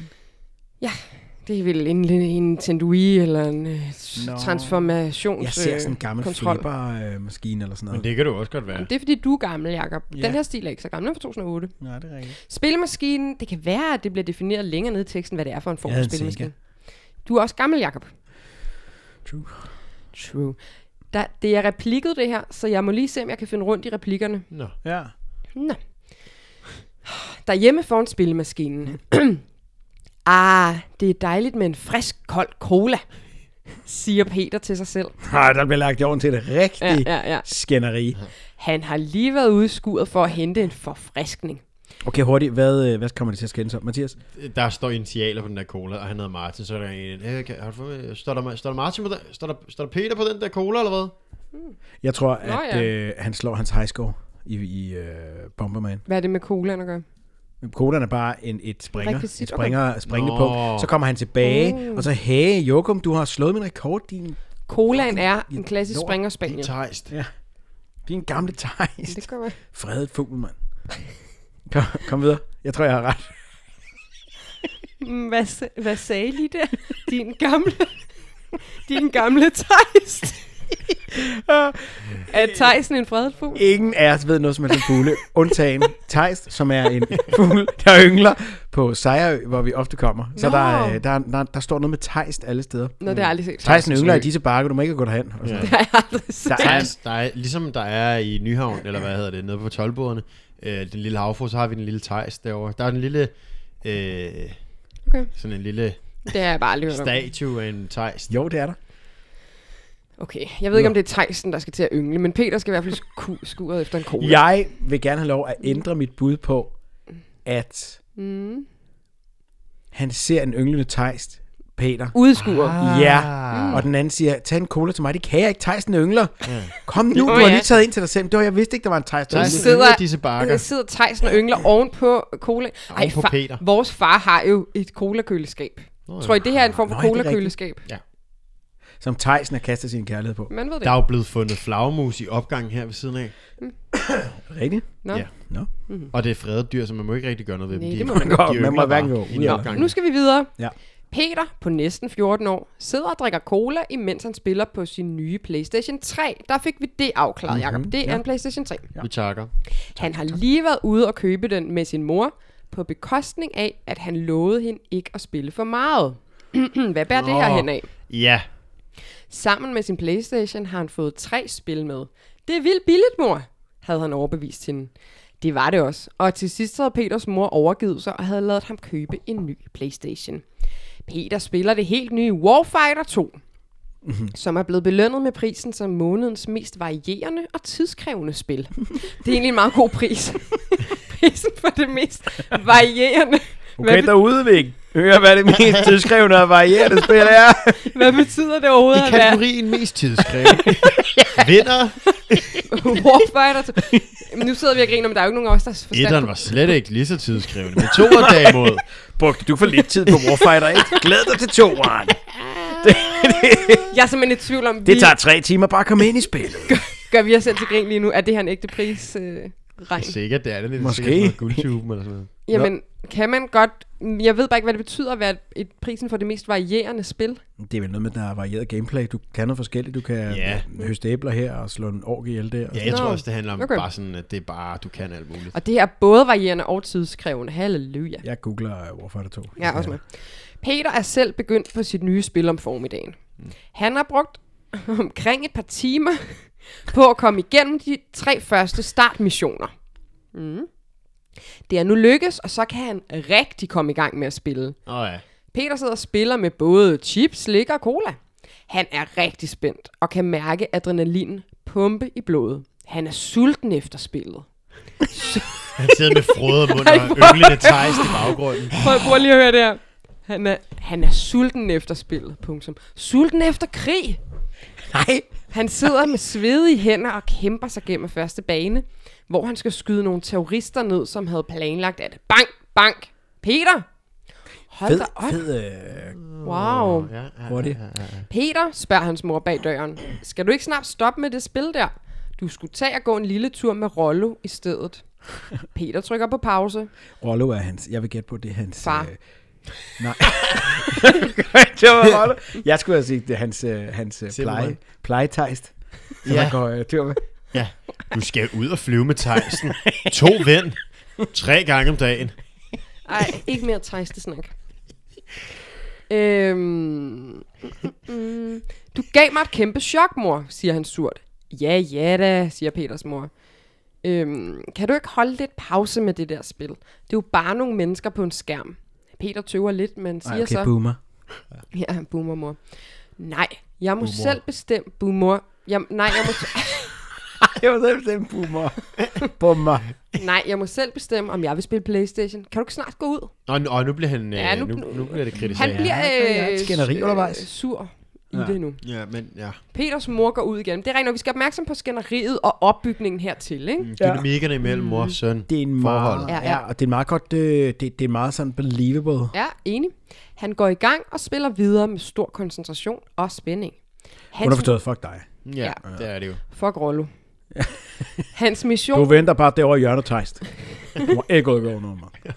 Speaker 4: Det er vel en, en Tendui eller en øh,
Speaker 2: Nå.
Speaker 4: transformations
Speaker 2: Jeg ser sådan en
Speaker 4: øh,
Speaker 2: gammel
Speaker 4: kontrol.
Speaker 2: flipper-maskine eller sådan
Speaker 3: Men
Speaker 2: noget.
Speaker 3: det kan du også godt være.
Speaker 4: Det er fordi, du er gammel, Jacob. Ja.
Speaker 2: Ja.
Speaker 4: Den her stil er ikke så gammel. Den er fra 2008.
Speaker 2: Nej, det er rigtigt.
Speaker 4: Spillemaskinen, det kan være, at det bliver defineret længere nede i teksten, hvad det er for en form
Speaker 2: Jeg
Speaker 4: for
Speaker 2: havde en
Speaker 4: spillemaskine. Du er også gammel, Jacob.
Speaker 2: True.
Speaker 4: True. Der, det er replikket, det her, så jeg må lige se, om jeg kan finde rundt i replikkerne.
Speaker 3: Nå.
Speaker 2: Ja.
Speaker 4: Nå. Derhjemme foran spillemaskinen. [clears throat] ah, det er dejligt med en frisk, kold cola, siger Peter til sig selv.
Speaker 2: Nej, der bliver lagt i orden til et rigtigt
Speaker 4: Ja, ja, ja.
Speaker 2: skænderi.
Speaker 4: Han har lige været ude i skuret for at hente en forfriskning.
Speaker 2: Okay, hurtigt. Hvad, øh, hvad kommer det til at skændes om, Mathias?
Speaker 3: Der står initialer på den der cola, og han hedder Martin, så er der en, øh, kan, har du fået, står, der, står der Martin på den, står der, står der Peter på den der cola, eller hvad?
Speaker 2: Jeg tror, at
Speaker 4: ja.
Speaker 2: øh, han slår hans high score i, i øh, Bomberman.
Speaker 4: Hvad er det med colaen at gøre?
Speaker 2: Koderne er bare en, et springer,
Speaker 4: Rekvisit, Mm.
Speaker 2: et springer, okay. springepunkt.
Speaker 3: Nå.
Speaker 2: Så kommer han tilbage, og så, hey, Jokum, du har slået min rekord, din,
Speaker 4: Colaen er en klassisk
Speaker 2: Lort.
Speaker 4: springer
Speaker 3: Din
Speaker 4: spaniel.
Speaker 3: tejst.
Speaker 2: din gamle tejst.
Speaker 4: Det gør man.
Speaker 2: Fredet fugl, mand. Kom, kom videre. Jeg tror, jeg har ret.
Speaker 4: Mm, Hvad, sa- hvad sagde lige [laughs] der? Din gamle... Din gamle
Speaker 2: [laughs]
Speaker 4: Thijs. er Thijsen en fredet fugl?
Speaker 2: Ingen af os ved noget som helst om fugle, undtagen Tejst, som er [laughs] en fugl, der yngler på Sejrø, hvor vi ofte kommer. Så
Speaker 4: Nå.
Speaker 2: der, er, øh, der, er- der, der står noget med Tejst alle steder. Mm.
Speaker 4: Nå, det har jeg aldrig set.
Speaker 2: Tejsten
Speaker 3: Tejsten
Speaker 2: yngler i
Speaker 3: Sø.
Speaker 2: disse bakker, du må ikke gå derhen. Og sådan.
Speaker 4: [laughs] Det har jeg aldrig set.
Speaker 2: Der er, altså-
Speaker 3: Tejst, der er, ligesom der er i Nyhavn, eller hvad hedder det, nede på tolvbordene, øh, den lille havfru, så har vi den lille tejst derovre. Der er en lille, øh,
Speaker 4: Okay.
Speaker 3: sådan en lille
Speaker 4: Det har jeg bare aldrig hørt om.
Speaker 3: statue af en tejst.
Speaker 2: jo, det er der.
Speaker 4: Okay, jeg ved ikke, om det er Thijsen, der skal til at yngle, men Peter skal i hvert fald sku- skuret efter en cola.
Speaker 2: Jeg vil gerne have lov at ændre mit bud på, at mm. han ser en ynglende tejst, Peter.
Speaker 4: Udskuret.
Speaker 2: Ja, og den anden siger, tag en cola til mig. Det kan jeg ikke, Tejsten yngler. Kom nu, du
Speaker 4: Nå,
Speaker 2: har
Speaker 4: ja.
Speaker 2: lige taget ind til dig selv. Det var, jeg vidste ikke, der var en Tejsten.
Speaker 3: Der
Speaker 4: Du
Speaker 2: yngler.
Speaker 3: Thijsten yngler disse bakker.
Speaker 4: der sidder Thijsen og yngler ovenpå cola. Ej,
Speaker 3: Ovenpå
Speaker 4: far,
Speaker 3: Peter.
Speaker 4: vores far har jo et cola-køleskab.
Speaker 3: Nå,
Speaker 4: Tror I, det her er en form for
Speaker 2: Nå, ja, det er
Speaker 4: cola-køleskab?
Speaker 2: Som Tejsten har kastet sin kærlighed på.
Speaker 4: Man ved det
Speaker 3: Der
Speaker 4: ikke.
Speaker 3: er jo blevet fundet flagmus i opgangen her ved siden af.
Speaker 2: Rigtigt?
Speaker 4: Nå.
Speaker 3: Ja.
Speaker 2: Nå.
Speaker 3: Og det er fredet dyr, så man må ikke rigtig gøre noget ved dem.
Speaker 4: Mm. Nej,
Speaker 3: De-
Speaker 4: det må
Speaker 2: man
Speaker 3: de
Speaker 2: godt. Man må
Speaker 3: yngler
Speaker 2: hverken
Speaker 3: bare
Speaker 2: gå ud
Speaker 3: i en
Speaker 2: eller-
Speaker 3: opgang.
Speaker 4: Nu skal vi videre.
Speaker 2: Ja.
Speaker 4: Peter, på næsten 14 år, sidder og drikker cola, imens han spiller på sin nye PlayStation 3. Der fik vi det afklaret, mm-hmm. Jacob. Det er
Speaker 2: Mhm. ja.
Speaker 4: en PlayStation 3.
Speaker 3: Vi takker.
Speaker 4: Han har lige været ude og købe den med sin mor, på bekostning af, at han lovede hende ikke at spille for meget. [clears throat] Hvad bærer det her
Speaker 3: Nå.
Speaker 4: hen af?
Speaker 3: Ja.
Speaker 4: Sammen med sin Playstation har han fået tre spil med. Det er vildt billigt, mor, havde han overbevist hende. Det var det også, og til sidst havde Peters mor overgivet sig og havde lavet ham købe en ny Playstation. Peter spiller det helt nye Warfighter 2, som er blevet belønnet med prisen som månedens mest varierende og tidskrævende spil. Det er egentlig en meget god pris. prisen for det mest varierende. Hvad
Speaker 2: Okay,
Speaker 4: bet-
Speaker 2: derude, Vig. Hør, hvad det [laughs] mest tilskrevne og varierende spil er.
Speaker 4: Hvad betyder det overhovedet?
Speaker 3: I
Speaker 4: at være-
Speaker 3: kategorien mest
Speaker 4: [laughs]
Speaker 3: tidskrævende. Vinder.
Speaker 4: Warfighter. Men nu sidder vi og griner, men der er jo ikke nogen af os, der forstår.
Speaker 3: Etteren var slet ikke lige så tidskrævende, men to år
Speaker 4: [laughs]
Speaker 3: derimod.
Speaker 2: Brugte du for lidt tid på Warfighter 1? Glæd dig til toeren.
Speaker 4: Jeg er simpelthen i tvivl om,
Speaker 2: Det
Speaker 4: vi,
Speaker 2: tager tre timer bare at komme ind i spillet.
Speaker 4: gør vi os selv til grin lige nu. Er det her en ægte pris? Øh, regn?
Speaker 3: Sikkert, det er det. det er
Speaker 2: Måske.
Speaker 3: sikkert noget Guldtuben eller sådan noget.
Speaker 4: Jamen, kan man godt... Jeg ved bare ikke, hvad det betyder at være et prisen for det mest varierende spil.
Speaker 2: Det er vel noget med, at der er varieret gameplay. Du kan noget forskelligt. Du kan
Speaker 3: Ja.
Speaker 2: yeah. høste æbler her og slå en ork ihjel der.
Speaker 3: Ja, jeg tror
Speaker 4: Nå.
Speaker 3: også, det handler om
Speaker 4: Okay.
Speaker 3: okay. bare sådan, at det er bare, du kan alt muligt.
Speaker 4: Og det er både varierende og tidskrævende. Halleluja.
Speaker 2: Jeg googler uh, Warfighter 2.
Speaker 4: Jeg er også med. Peter er selv begyndt på sit nye spil om formiddagen. Han har brugt [laughs] omkring et par timer [laughs] på at komme igennem de tre første startmissioner. Mm. Det er nu lykkes, og så kan han rigtig komme i gang med at spille.
Speaker 3: Åh oh, ja.
Speaker 4: Peter sidder og spiller med både chips, slik og cola. Han er rigtig spændt og kan mærke adrenalin pumpe i blodet. Han er sulten efter spillet.
Speaker 3: Han sidder med frode mund
Speaker 4: [laughs] Nej,
Speaker 3: og
Speaker 4: hvor-
Speaker 3: ynglende tejs i baggrunden.
Speaker 4: Prøv, prøv lige at høre det her. Han er, han er sulten efter spillet, punktum. Sulten efter krig.
Speaker 2: [laughs] Nej.
Speaker 4: Han sidder med svedige hænder og kæmper sig gennem første bane, hvor han skal skyde nogle terrorister ned, som havde planlagt at bank, bank, Peter! Hold
Speaker 2: Fed,
Speaker 4: da op.
Speaker 2: fed uh,
Speaker 4: Wow.
Speaker 3: Ja, ja,
Speaker 2: hurtigt.
Speaker 4: Peter, spørger hans mor bag døren, skal du ikke snart stoppe med det spil der? Du skulle tage og gå en lille tur med Rollo i stedet. Peter trykker på pause.
Speaker 2: Rollo er hans. Jeg vil gætte på, det er hans...
Speaker 4: Far.
Speaker 2: øh, [laughs] nej. det [laughs] var Rollo. Jeg skulle have sige, det er hans, øh, hans øh,
Speaker 3: Simpelthen.
Speaker 2: pleje, plejetejst. Som
Speaker 3: Ja.
Speaker 2: ja. han går øh, tur med.
Speaker 3: ja. Du skal ud og flyve med Tejsen. To vend. Tre gange om dagen.
Speaker 4: Ej, ikke mere triste snak. Øhm, mm, mm. du gav mig et kæmpe chok, mor, siger han surt. Ja, ja da, siger Peters mor. Øhm, kan du ikke holde lidt pause med det der spil? Det er jo bare nogle mennesker på en skærm. Peter tøver lidt, men siger
Speaker 2: Ej, okay,
Speaker 4: så...
Speaker 2: boomer.
Speaker 4: Ja, boomermor. Nej, jeg må boomer. selv bestemme, boomer. Jeg, nej, jeg må,
Speaker 2: Jeg var selv en boomer. [laughs] boomer.
Speaker 4: nej, jeg må selv bestemme, om jeg vil spille Playstation. Kan du ikke snart gå ud?
Speaker 3: Nå, nu, åh, nu bliver han...
Speaker 4: Ja,
Speaker 3: Ja,
Speaker 4: nu-
Speaker 3: nu, nu, nu bliver det kritiseret.
Speaker 4: Han bliver
Speaker 2: der er
Speaker 4: øh,
Speaker 2: et skænderi
Speaker 4: øh,
Speaker 2: undervejs.
Speaker 4: sur i
Speaker 2: Ja.
Speaker 4: det nu.
Speaker 3: Ja, men ja.
Speaker 4: Peters mor går ud igen. Det er rent, nok, vi skal opmærksom på skænderiet og opbygningen hertil, ikke?
Speaker 2: Ja.
Speaker 3: Dynamikkerne imellem mor og søn.
Speaker 2: Det er en meget,
Speaker 3: Forholdet.
Speaker 4: Ja,
Speaker 2: ja,
Speaker 4: ja.
Speaker 2: ja. og det er en meget godt, øh, det, det er meget sådan believable.
Speaker 4: Ja, enig. Han går i gang og spiller videre med stor koncentration og spænding. Hans,
Speaker 2: Underforstået, fuck dig.
Speaker 3: Ja, det er det jo.
Speaker 4: Fuck
Speaker 2: [laughs]
Speaker 4: Rollo. Hans
Speaker 2: Du
Speaker 4: mission,
Speaker 2: venter bare derovre i hjørnet, Tejst. Du må ikke udgå noget mig.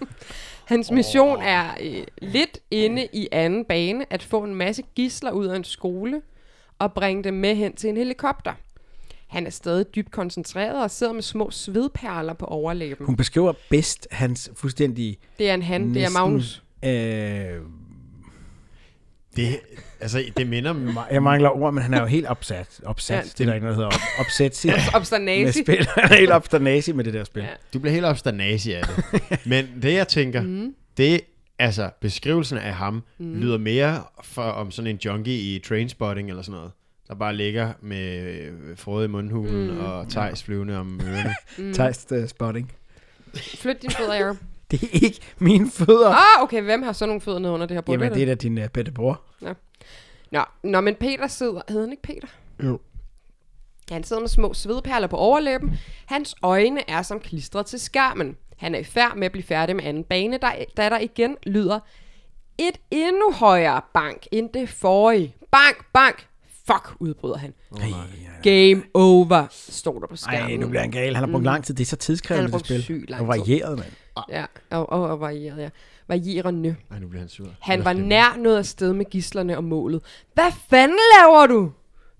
Speaker 4: hans mission er øh, lidt inde i anden bane at få en masse gisler ud af en skole og bringe dem med hen til en helikopter. Han er stadig dybt koncentreret og sidder med små svedperler på overlæben.
Speaker 2: Hun beskriver bedst hans fuldstændig...
Speaker 4: Det er en han, det er
Speaker 2: næsten,
Speaker 4: Magnus.
Speaker 2: Øh,
Speaker 3: Det, altså, det minder mig...
Speaker 2: jeg mangler ord, men han er jo helt opsat. Opsat,
Speaker 4: Ja.
Speaker 2: ja, det, er der ikke noget, der hedder. Opsat
Speaker 4: [laughs]
Speaker 2: med
Speaker 4: Obstanasi.
Speaker 2: spil. Han er helt opstanasi med det der spil.
Speaker 4: Ja.
Speaker 2: Ja.
Speaker 3: Du bliver helt obstanasi af
Speaker 2: [laughs]
Speaker 3: det. Men det, jeg tænker, mm. det altså, beskrivelsen af ham mm. lyder mere for, om sådan en junkie i Trainspotting eller sådan noget, der bare ligger med øh, frode i mundhulen mm. og tejs flyvende om ørerne.
Speaker 4: mm.
Speaker 2: Tejst uh, spotting.
Speaker 4: Flyt dine fødder, Jacob.
Speaker 2: Det er ikke mine fødder. Ah,
Speaker 4: Ah, okay, hvem har så nogle fødder nede under det her bord?
Speaker 2: Jamen, det er da din uh, bedste bror.
Speaker 4: Nå, nå, men Peter sidder... Hed han ikke Peter?
Speaker 2: Jo.
Speaker 4: Han sidder med små svedperler på overlæben. Hans øjne er som klistret til skærmen. Han er i færd med at blive færdig med anden bane, der, da der igen lyder et endnu højere bank end det forrige. Bank, bank! Fuck, udbryder han. Game over, står der på skærmen.
Speaker 2: Ej, nu bliver han gal. Han har brugt lang tid. Det er så
Speaker 4: mm. Han
Speaker 2: tidskrævende,
Speaker 4: har
Speaker 2: det
Speaker 4: brugt
Speaker 2: spil.
Speaker 4: sygt lang
Speaker 2: og
Speaker 4: tid.
Speaker 2: varieret, mand.
Speaker 4: Ja, og, og, og varieret, ja. Varierende.
Speaker 3: Ej, nu bliver han sur.
Speaker 4: Han var nær noget af sted med gislerne og målet. Hvad fanden laver du?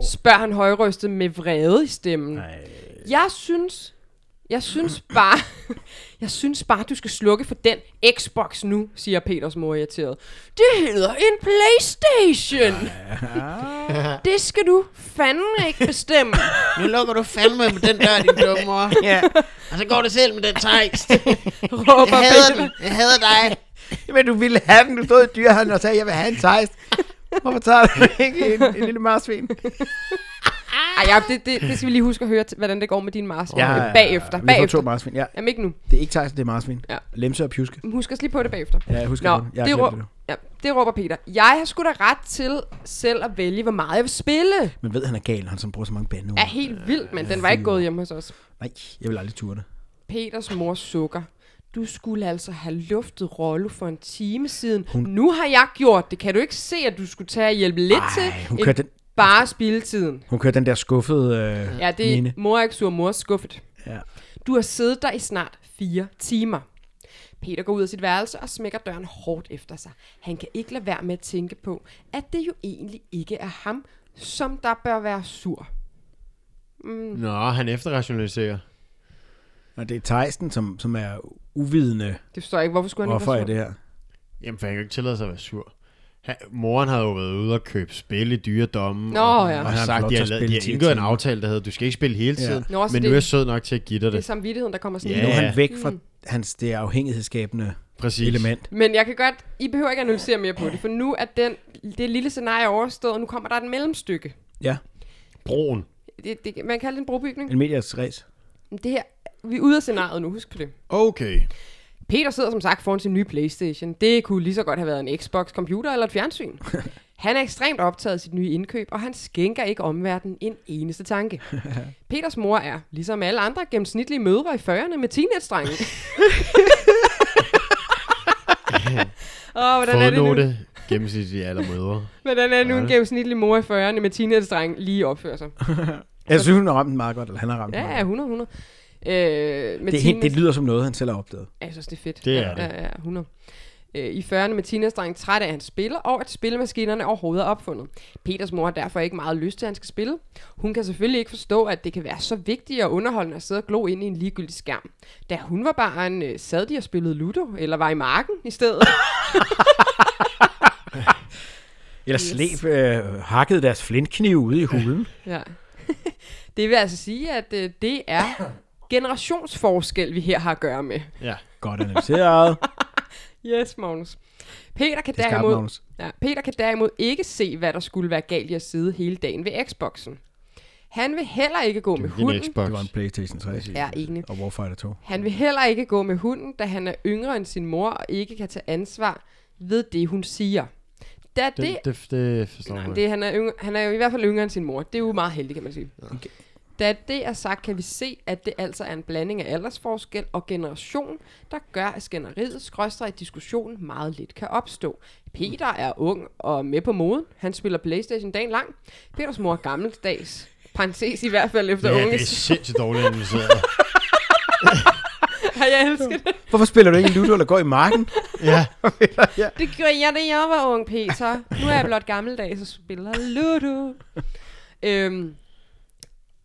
Speaker 4: Spørger han højrøstet med vrede i stemmen.
Speaker 2: Ej.
Speaker 4: Jeg synes... Jeg synes bare... [laughs] Jeg synes bare, du skal slukke for den Xbox nu, siger Peters mor irriteret. Det hedder en Playstation! Det skal du fanden ikke bestemme.
Speaker 3: [laughs] Nu lukker du fandme med den der, din dumme mor.
Speaker 2: Ja.
Speaker 3: Og så går du selv med den tejs.
Speaker 4: [laughs] Råber Peter.
Speaker 3: Jeg hader dig.
Speaker 2: Men du ville have den. Du stod i dyrehandlen og sagde, jeg vil have en tejst. Hvorfor tager du ikke en, en lille marsvin?
Speaker 4: Ej, ja, det, det, det, skal vi lige huske at høre, t- hvordan det går med din Mars. Øh,
Speaker 2: Ja,
Speaker 4: bagefter.
Speaker 2: Vi får to
Speaker 4: bagefter.
Speaker 2: marsvin. Ja,
Speaker 4: Jamen ikke nu.
Speaker 2: det er ikke tejsen, det er marsvin.
Speaker 4: Ja.
Speaker 2: Ja. Lemse og pjuske.
Speaker 4: Husk os lige på det bagefter.
Speaker 2: Ja, jeg husker
Speaker 4: Nå,
Speaker 2: det. Jeg har
Speaker 4: det
Speaker 2: glemt
Speaker 4: råb,
Speaker 2: det nu.
Speaker 4: Ja, det råber Peter. Jeg har sgu da ret til selv at vælge, hvor meget jeg vil spille.
Speaker 2: Men ved, han er gal, han som bruger så mange bandeord.
Speaker 4: Er helt vildt, men den var ikke gået hjemme hos os.
Speaker 2: Nej, jeg vil aldrig ture det.
Speaker 4: Peters mor sukker. Du skulle altså have luftet Rollo for en time siden. Hun... Nu har jeg gjort det. Kan du ikke se, at du skulle tage og hjælpe lidt
Speaker 2: Ej,
Speaker 4: til?
Speaker 2: hun
Speaker 4: end
Speaker 2: kørte den-
Speaker 4: Bare spilde tiden.
Speaker 2: Hun kører den der skuffede øh,
Speaker 4: Ja, det er
Speaker 2: mine.
Speaker 4: mor er ikke sur, mor er skuffet.
Speaker 2: Ja.
Speaker 4: Du har siddet der i snart fire timer. Peter går ud af sit værelse og smækker døren hårdt efter sig. Han kan ikke lade være med at tænke på, at det jo egentlig ikke er ham, som der bør være sur. Mm.
Speaker 3: Nå, han efterrationaliserer.
Speaker 2: Og det er Theisen, som, som er uvidende.
Speaker 4: Det forstår jeg ikke. Hvorfor skulle han ikke
Speaker 2: Hvorfor
Speaker 4: være
Speaker 2: er
Speaker 4: sur?
Speaker 2: det her?
Speaker 3: Jamen, for han kan jo ikke tillade sig at være sur. Han, moren havde jo været ude og købe spil i dyredommen.
Speaker 4: Nå,
Speaker 3: og,
Speaker 4: ja.
Speaker 3: Og
Speaker 2: Og
Speaker 3: han
Speaker 2: han
Speaker 3: har
Speaker 2: har
Speaker 3: sagt,
Speaker 2: fået
Speaker 3: de
Speaker 2: lov
Speaker 3: har,
Speaker 2: til at
Speaker 3: lavet-
Speaker 2: spille
Speaker 3: de har
Speaker 2: i 10
Speaker 3: indgået en
Speaker 2: timer.
Speaker 3: aftale, der hedder, du skal ikke spille hele
Speaker 2: Ja.
Speaker 3: tiden,
Speaker 4: Nå, så
Speaker 3: men
Speaker 4: det-
Speaker 3: nu er jeg sød nok til at give dig
Speaker 4: Det er
Speaker 3: det.
Speaker 4: samvittigheden, der kommer sådan
Speaker 2: Nu
Speaker 3: Ja.
Speaker 4: lige
Speaker 2: er han væk
Speaker 4: Mm.
Speaker 2: fra hans det afhængighedsskabende
Speaker 3: Præcis.
Speaker 2: element.
Speaker 4: Men jeg kan godt, I behøver ikke analysere mere på det, for nu er den, det lille scenarie overstået, og nu kommer der et mellemstykke.
Speaker 2: Ja,
Speaker 3: Broen.
Speaker 4: Det, det, man kalder det en brobygning.
Speaker 2: en medias race.
Speaker 4: Men Det her, vi er ude af scenariet nu, husk på det.
Speaker 3: Okay.
Speaker 4: Peter sidder som sagt foran sin nye Playstation. Det kunne lige så godt have været en Xbox-computer eller et
Speaker 2: [laughs]
Speaker 4: fjernsyn. Han er ekstremt optaget af sit nye indkøb, og han skænker ikke omverdenen en eneste
Speaker 2: [laughs]
Speaker 4: tanke. Peters mor er, ligesom alle andre gennemsnitlige mødre i 40'erne med
Speaker 2: [laughs]
Speaker 4: teenage-drenge. Åh, hvordan er det nu?
Speaker 3: Fodnote. Gennemsnitlig alder mødre.
Speaker 4: Hvordan er det nu en gennemsnitlig mor i 40'erne med teenage-dreng lige opfører sig?
Speaker 2: Jeg synes, hun har ramt den meget godt, eller han har ramt den
Speaker 4: Ja,
Speaker 2: meget
Speaker 4: ja, 100, 100. Øh, med
Speaker 2: godt. det, er helt, det lyder som noget, han selv har opdaget.
Speaker 4: Jeg synes, det er fedt.
Speaker 3: Det
Speaker 4: Ja,
Speaker 3: er det.
Speaker 4: Ja, ja, 100. Øh, I 40'erne med teenage træt af, at han spiller, og at spillemaskinerne overhovedet er opfundet. Peters mor har derfor ikke meget lyst til, at han skal spille. Hun kan selvfølgelig ikke forstå, at det kan være så vigtigt og underholdende at sidde og glo ind i en ligegyldig skærm. Da hun var barn, øh, sad de og spillede Ludo, eller var i marken i stedet.
Speaker 2: Eller yes. slæb øh, hakkede deres flintknive ude i hulen.
Speaker 4: Ja. [laughs] det vil altså sige, at øh, det er generationsforskel, vi her har at gøre med.
Speaker 3: Ja.
Speaker 2: [laughs] Godt
Speaker 4: [laughs]
Speaker 2: analyseret.
Speaker 4: Yes, Magnus. Peter kan,
Speaker 2: er skarpt,
Speaker 4: derimod,
Speaker 2: Magnus.
Speaker 4: Ja, Peter kan derimod ikke se, hvad der skulle være galt i at sidde hele dagen ved Xboxen. Han vil heller ikke gå
Speaker 3: Din
Speaker 4: med hunden.
Speaker 3: Xbox.
Speaker 2: Det var en Playstation 3.
Speaker 4: Ja, enig.
Speaker 2: Og Warfighter 2.
Speaker 4: Han vil heller ikke gå med hunden, da han er yngre end sin mor og ikke kan tage ansvar ved det, hun siger. Da det,
Speaker 3: Det,
Speaker 4: det,
Speaker 3: det, det forstår
Speaker 4: nej,
Speaker 3: jeg.
Speaker 4: det han, er yngre, han er jo i hvert fald yngre end sin mor. Det er jo meget heldigt, kan man sige.
Speaker 2: Okay.
Speaker 4: Da det er sagt, kan vi se, at det altså er en blanding af aldersforskel og generation, der gør, at skænderiet, skråstrej diskussion meget lidt kan opstå. Peter er ung og med på moden. Han spiller Playstation dagen lang. Peters mor er gammeldags. Parenthes i hvert fald efter
Speaker 3: Ja, det er
Speaker 4: unges.
Speaker 3: sindssygt dårligt
Speaker 4: [laughs]
Speaker 3: analyseret.
Speaker 4: Ja, [laughs] jeg elsker det.
Speaker 2: Hvorfor spiller du ikke Ludo eller går i marken?
Speaker 3: ja.
Speaker 4: Det gjorde jeg, da jeg var ung, Peter. Nu er jeg blot gammeldags og spiller Ludo. Øhm,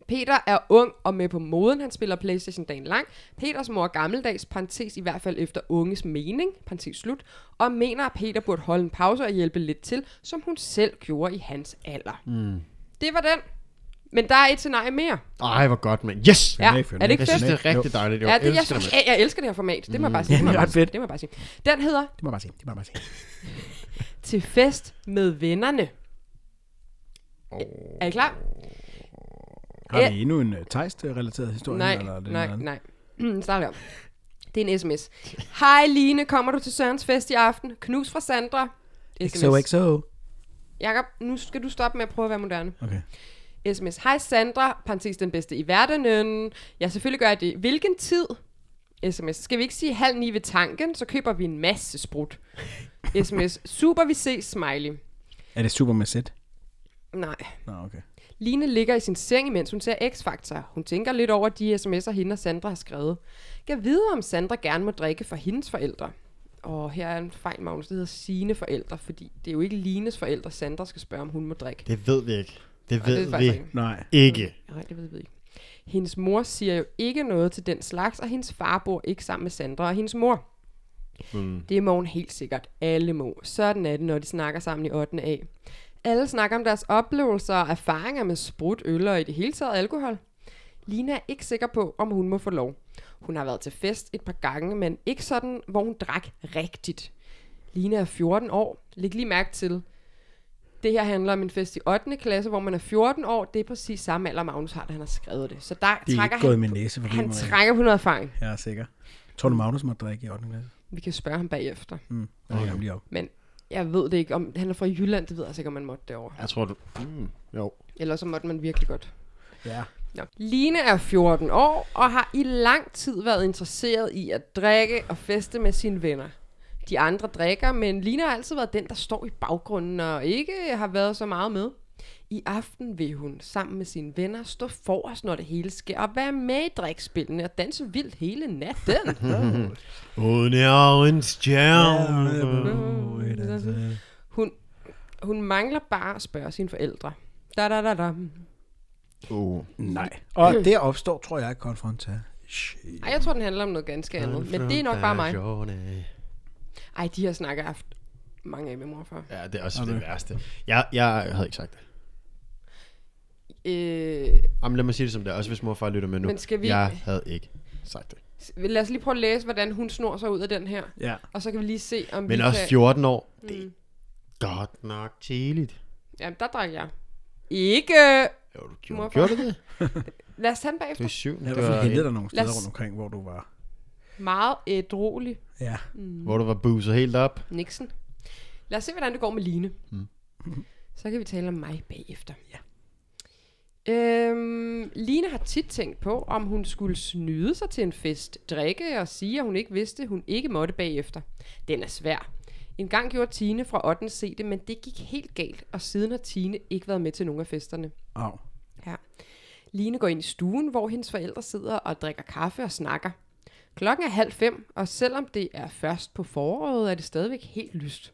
Speaker 4: Peter er ung og med på moden. Han spiller Playstation dagen lang. Peters mor er gammeldags, parentes i hvert fald efter unges mening, parentes slut, og mener, at Peter burde holde en pause og hjælpe lidt til, som hun selv gjorde i hans alder. Mm. Det var den. Men der er et scenarie mere.
Speaker 3: Ej, hvor godt, mand. Yes!
Speaker 4: Ja,
Speaker 2: med, følg
Speaker 4: er det ikke
Speaker 3: Jeg synes,
Speaker 4: fedt?
Speaker 3: det er rigtig dejligt. Jeg
Speaker 4: Ja, det, jeg,
Speaker 3: elsker det,
Speaker 4: jeg, jeg elsker det her format. Det må jeg bare sige.
Speaker 2: Ja,
Speaker 4: Det må
Speaker 2: det er
Speaker 4: jeg bare
Speaker 2: ret
Speaker 4: sige.
Speaker 2: fedt.
Speaker 4: Det må jeg bare sige. Den hedder
Speaker 2: Det må jeg bare sige. Det må jeg bare sige.
Speaker 4: til fest med vennerne. Oh. Er I klar?
Speaker 2: Har
Speaker 4: Ja.
Speaker 2: vi endnu en uh, Theist-relateret historie?
Speaker 4: Nej,
Speaker 2: eller er det
Speaker 4: nej,
Speaker 2: noget andet?
Speaker 4: nej. Mm, Start om. Det er en sms. Hej Line, kommer du til Sørens fest i aften? Knus fra Sandra.
Speaker 2: XOXO.
Speaker 4: Jakob, nu skal du stoppe med at prøve at være moderne.
Speaker 2: Okay.
Speaker 4: sms. Hej Sandra, parentes den bedste i verdenen. Ja, selvfølgelig gør jeg det. Hvilken tid? Sms. Skal vi ikke sige halv ni ved tanken, så køber vi en masse sprut. sms. Super, vi ses, smiley.
Speaker 2: Er det super med sæt?
Speaker 4: Nej.
Speaker 2: Nå, okay.
Speaker 4: Line ligger i sin seng, mens hun ser X-Factor. Hun tænker lidt over de sms'er, hende og Sandra har skrevet. Jeg vide, om Sandra gerne må drikke for hendes forældre. Og her er en fejl, Magnus. Det hedder sine forældre, fordi det er jo ikke Lines forældre, Sandra skal spørge, om hun må drikke.
Speaker 3: Det ved vi ikke. Det
Speaker 4: det
Speaker 3: ved
Speaker 4: er
Speaker 3: vi
Speaker 4: faktisk rigtigt.
Speaker 2: Nej.
Speaker 3: ikke.
Speaker 4: Nej, det ved vi ikke. Hendes mor siger jo ikke noget til den slags, og hendes far bor ikke sammen med Sandra og hendes mor. Mm. Det må hun helt sikkert. Alle må. Sådan er det, når de snakker sammen i 8. A. Alle snakker om deres oplevelser og erfaringer med sprut, øl og i det hele taget alkohol. Lina er ikke sikker på, om hun må få lov. Hun har været til fest et par gange, men ikke sådan, hvor hun drak rigtigt. Lina er 14 år. Læg lige mærke til, det her handler om en fest i 8. klasse, hvor man er 14 år. Det er præcis samme alder, Magnus har, da han har skrevet det. Så der
Speaker 2: Det er
Speaker 4: trækker
Speaker 2: ikke gået
Speaker 4: han,
Speaker 2: min næse forbi
Speaker 4: han
Speaker 2: mig.
Speaker 4: trækker på noget erfaring.
Speaker 2: Jeg er sikker. Tror du, Magnus må drikke i 8. klasse?
Speaker 4: Vi kan spørge ham bagefter.
Speaker 2: Mm. Jeg ringer ham lige op.
Speaker 4: Men Jeg ved det ikke. Om han er fra Jylland, det ved jeg altså ikke, om man måtte derovre.
Speaker 3: Jeg tror du... Mm, jo.
Speaker 4: Eller så måtte man virkelig godt.
Speaker 2: Ja.
Speaker 4: Nå. Line er 14 år og har i lang tid været interesseret i at drikke og feste med sine venner. De andre drikker, men Line har altid været den, der står i baggrunden og ikke har været så meget med. I aften vil hun sammen med sine venner stå forrest, når det hele sker, og være med i drikspillene og danse vildt hele natten.
Speaker 3: Hun er en stjerne.
Speaker 4: hun, hun mangler bare at spørge sine forældre. Da, da, da, da.
Speaker 3: Uh.
Speaker 2: Nej. Og
Speaker 4: Mm.
Speaker 2: der opstår, tror jeg, konfrontation.
Speaker 4: Ej, jeg tror, den handler om noget ganske andet, men det er nok bare mig. Ej, de her snakker jeg haft mange af med mor før.
Speaker 3: Ja, det er også det værste. Jeg, jeg havde ikke sagt det.
Speaker 4: Øh,
Speaker 3: Jamen, lad mig sige det som det er, også hvis mor og far lytter med nu.
Speaker 4: Men skal vi-
Speaker 3: Jeg havde ikke sagt det.
Speaker 4: s- lad os lige prøve at læse, hvordan hun snor sig ud af den her.
Speaker 2: Ja.
Speaker 4: Og så kan vi lige se, om
Speaker 3: Men
Speaker 4: vi
Speaker 3: også
Speaker 4: kan...
Speaker 3: 14 år, det er godt nok tidligt.
Speaker 4: Jamen, der drak jeg. Ikke!
Speaker 3: Jo, du gjorde,
Speaker 4: Mor og far.
Speaker 3: gjorde du det?
Speaker 4: Lad os tage den
Speaker 3: Det
Speaker 4: bagefter.
Speaker 3: er syvende.
Speaker 2: Jeg har i
Speaker 3: Det
Speaker 2: hvert
Speaker 3: var
Speaker 2: fald hentet dig nogle
Speaker 4: Lad
Speaker 2: steder
Speaker 4: os-
Speaker 2: rundt omkring, hvor du var.
Speaker 4: Meget ædrolig.
Speaker 2: Ja.
Speaker 4: Mm.
Speaker 3: en, hvor du var buset helt op.
Speaker 4: Nixon. Lad os se, hvordan det går med Line. Mm. Så kan vi tale om mig bagefter. Ja. Øhm, Line har tit tænkt på, om hun skulle snyde sig til en fest, drikke og sige, at hun ikke vidste, hun ikke måtte bagefter. Den er svær. En gang gjorde Tine fra 8. C det, men det gik helt galt, og siden har Tine ikke været med til nogen af festerne.
Speaker 2: Au.
Speaker 4: Ja. Line går ind i stuen, hvor hendes forældre sidder og drikker kaffe og snakker. Klokken er halv fem, og selvom det er først på foråret, er det stadigvæk helt lyst.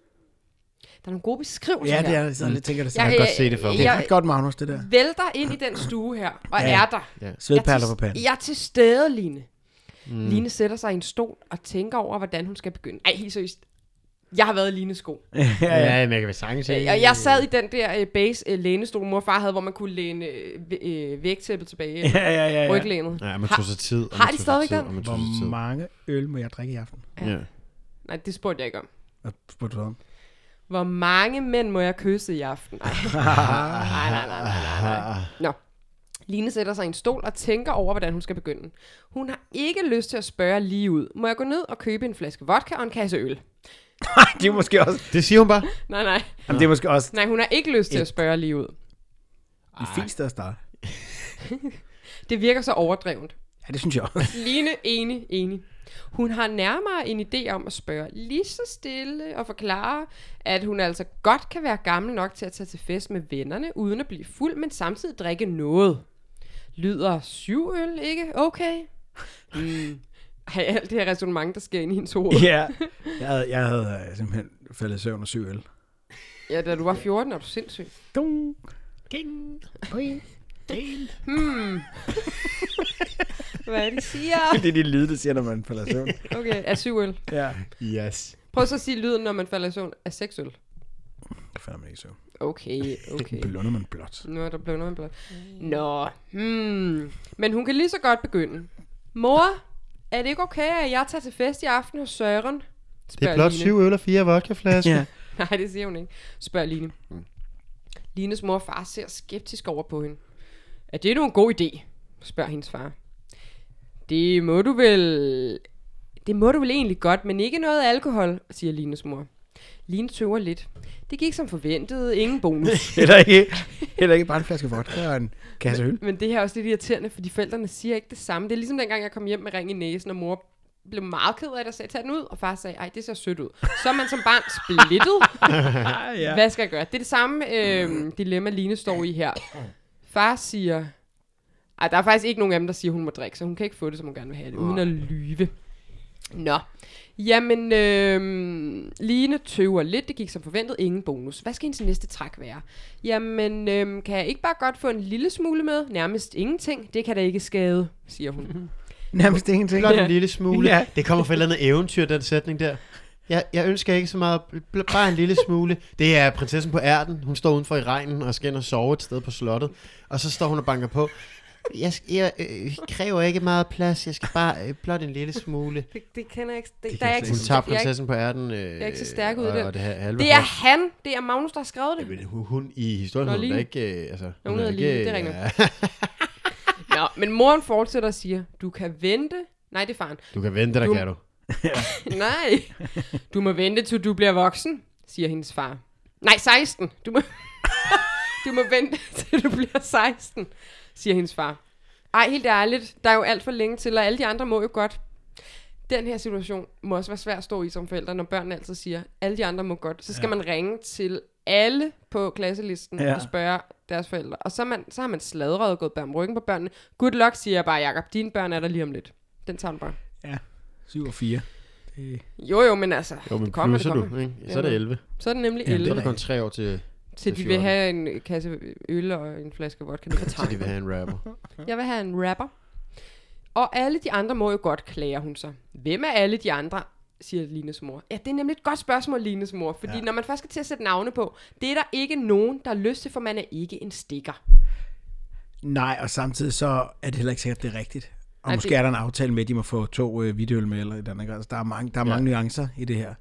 Speaker 4: Der er nogle gode beskrivelser
Speaker 2: Ja, det
Speaker 4: her.
Speaker 2: er sådan lidt, tænker det
Speaker 3: Jeg
Speaker 2: sådan.
Speaker 3: kan godt se det for mig.
Speaker 2: Det er
Speaker 4: Mm. Jeg
Speaker 2: ret godt, Magnus, det der.
Speaker 4: vælter ind i den stue her, og
Speaker 2: Ja.
Speaker 4: er der.
Speaker 3: Ja.
Speaker 2: Svedperler
Speaker 4: Jeg er
Speaker 2: på
Speaker 4: til-
Speaker 2: panden.
Speaker 4: Jeg er til stede, Line. Mm. Line sætter sig i en stol og tænker over, hvordan hun skal begynde. Ej, helt seriøst. Jeg har været i Lines sko.
Speaker 2: Øh.
Speaker 3: Ja, ja, men jeg kan vel sagtens se.
Speaker 4: Øh, Og jeg sad i den der øh, base øh, lænestol, mor og far havde, hvor man kunne læne øh, væ- øh, vægtæppet
Speaker 2: [laughs]
Speaker 4: tilbage. eller
Speaker 2: Ja, ja, ja. ja.
Speaker 4: Ryglænet.
Speaker 3: Ja, man tog sig tid. og
Speaker 4: har
Speaker 3: man
Speaker 4: de
Speaker 3: tog sig
Speaker 4: stadigvæk
Speaker 3: tid,
Speaker 4: den?
Speaker 3: og man tog sig tid.
Speaker 2: Hvor mange øl må jeg drikke i aften?
Speaker 3: Ja.
Speaker 4: Nej, det spurgte jeg ikke om.
Speaker 2: Hvad spurgte du om?
Speaker 4: Hvor mange mænd må jeg kysse i aften? Ej. nej, nej, nej, nej, nej. Nå. Line sætter sig i en stol og tænker over, hvordan hun skal begynde. Hun har ikke lyst til at spørge lige ud. Må jeg gå ned og købe en flaske vodka og en kasse øl?
Speaker 2: [laughs] det er måske også,
Speaker 3: Det siger hun bare.
Speaker 4: Nej, nej.
Speaker 2: jamen, det er måske også
Speaker 4: Nej, hun har ikke lyst til at spørge lige ud.
Speaker 2: det fint at starte.
Speaker 4: Det virker så overdrevet.
Speaker 2: Ja, det synes jeg også.
Speaker 4: Line, enig, enig. Hun har nærmere en idé om at spørge lige så stille og forklare, at hun altså godt kan være gammel nok til at tage til fest med vennerne, uden at blive fuld, men samtidig drikke noget. Lyder syv øl, ikke? Okay. Mm. Ej, alt det her resonemang, der sker ind i hendes
Speaker 2: [laughs]
Speaker 4: hoved.
Speaker 2: ja. [laughs] Jeg havde, jeg havde øh, simpelthen faldet i søvn og syv øl.
Speaker 4: Ja, da du var 14, er du sindssyg.
Speaker 2: Dung.
Speaker 4: Hvad er det, de siger?
Speaker 2: [laughs] Det er de lyde, det siger, når man falder i [laughs] søvn.
Speaker 4: Okay, er syv øl.
Speaker 2: Ja.
Speaker 3: Yes.
Speaker 4: Prøv så at sige lyden, når man falder i søvn, er seks øl.
Speaker 2: Det falder man ikke i søvn.
Speaker 4: Okay, okay.
Speaker 2: Det blunder man blot.
Speaker 4: Nu er der blevet noget blot.
Speaker 3: Mm.
Speaker 4: Nå, hmm. Men hun kan lige så godt begynde. Mor, er det ikke okay, at jeg tager til fest i aften hos Søren?
Speaker 3: Det er blot
Speaker 4: Line.
Speaker 3: syv øl og fire vodkaflasker.
Speaker 2: Ja.
Speaker 4: Nej, det siger hun ikke. Spørg Line.
Speaker 3: Mm.
Speaker 4: Lines mor og far ser skeptisk over på hende. Er det nu en god idé? Spørger hendes far. Det må du vel... Det må du vel egentlig godt, men ikke noget alkohol, siger Lines mor. Line tøver lidt. Det gik som forventet.
Speaker 3: [laughs]
Speaker 4: Ingen bonus.
Speaker 2: Heller ikke, heller ikke bare en flaske vodka og en kasse øl.
Speaker 4: Men det her er også lidt irriterende, fordi forældrene siger ikke det samme. Det er ligesom dengang, jeg kom hjem med ring i næsen, og mor blev meget ked af det og sagde, tag den ud, og far sagde, ej, det ser sødt ud. Så er man som barn splittet.
Speaker 2: [laughs] ja.
Speaker 4: Hvad skal jeg gøre? Det er det samme øh, dilemma, Line står i her. Far siger, ej, der er faktisk ikke nogen af dem, der siger, hun må drikke, så hun kan ikke få det, som hun gerne vil have det, uden at lyve. Nå. Jamen, øh, Line tøver lidt. Det gik som forventet. Ingen bonus. Hvad skal hendes næste træk være? Jamen, øh, kan jeg ikke bare godt få en lille smule med? Nærmest ingenting. Det kan da ikke skade, siger hun.
Speaker 2: Nærmest ingenting.
Speaker 3: Blot en lille smule.
Speaker 2: Ja.
Speaker 3: Det kommer fra et eller andet eventyr, den sætning der. Jeg, jeg ønsker ikke så meget, bl- bl- bare en lille smule. Det er prinsessen på ærten. Hun står udenfor i regnen og skal ind og sove et sted på slottet. Og så står hun og banker på. Jeg, sk- jeg øh, kræver ikke meget plads. Jeg skal bare øh, blot en lille smule.
Speaker 4: [laughs] det, det kender jeg ikke. Det,
Speaker 2: kan
Speaker 4: der er
Speaker 2: jeg
Speaker 4: jeg
Speaker 2: slet
Speaker 4: ikke,
Speaker 3: Hun
Speaker 4: så-
Speaker 3: tager
Speaker 4: jeg er ikke-
Speaker 3: prinsessen på ærten. Øh, jeg
Speaker 4: er ikke så stærk ud i den.
Speaker 3: Og det, her halve
Speaker 4: Det er
Speaker 3: hår.
Speaker 4: han. Det er Magnus, der har skrevet det.
Speaker 3: Men hun, hun i historien,
Speaker 4: Nå,
Speaker 3: hun er
Speaker 4: Line.
Speaker 3: da ikke... Øh, altså,
Speaker 4: hun
Speaker 3: er
Speaker 4: hedder Line, det er rigtigt.
Speaker 3: ja,
Speaker 4: Nå, men moren fortsætter og siger, du kan vente. Nej, det er faren.
Speaker 3: Du kan vente, der
Speaker 4: Du- [laughs]
Speaker 3: kan du.
Speaker 4: Nej, du må vente, til du bliver voksen, siger hendes far. Nej, 16. Du må, [laughs] du må vente, til du bliver 16, siger hendes far. Ej, helt ærligt, der er jo alt for længe til, og alle de andre må jo godt. Den her situation må også være svær at stå i som forældre, når børnene altid siger, alle de andre må godt. Så skal ja. man ringe til alle på klasselisten ja.
Speaker 2: Ja.
Speaker 4: og spørge deres forældre. Og så, er man, så har man sladret og gået bag om ryggen på børnene. Good luck, siger jeg bare, Jacob. Dine børn er der lige om lidt. Den tager du bare.
Speaker 2: 7 og 4.
Speaker 4: Jo, jo, men altså,
Speaker 3: Jo, men
Speaker 4: det kommer, det
Speaker 3: plusser
Speaker 4: kommer.
Speaker 3: du, ikke? Så er det 11.
Speaker 4: Så er det nemlig
Speaker 2: Ja, det
Speaker 4: 11.
Speaker 3: Så er der kun tre år til, Det
Speaker 4: Til de
Speaker 3: er
Speaker 4: vil
Speaker 3: 14.
Speaker 4: have en kasse øl og en flaske
Speaker 3: [laughs]
Speaker 4: vodka. Det
Speaker 3: til de
Speaker 4: fortager
Speaker 3: vil
Speaker 4: jeg.
Speaker 3: have en rapper.
Speaker 4: jeg vil have en rapper. Og alle de andre må jo godt, klager hun så. Hvem er alle de andre, siger Lines mor. Ja, det er nemlig et godt spørgsmål, Lines mor. Fordi ja. når man først skal til at sætte navne på, det er der ikke nogen, der har lyst til, for man er ikke en stikker.
Speaker 2: Nej, og samtidig så er det heller ikke sikkert, det er rigtigt. Og
Speaker 4: Nej,
Speaker 2: måske
Speaker 4: det-
Speaker 2: er der en aftale med, at de må få to øh, videoøl med, eller et eller andet. Altså, der er mange, der er mange nuancer i det her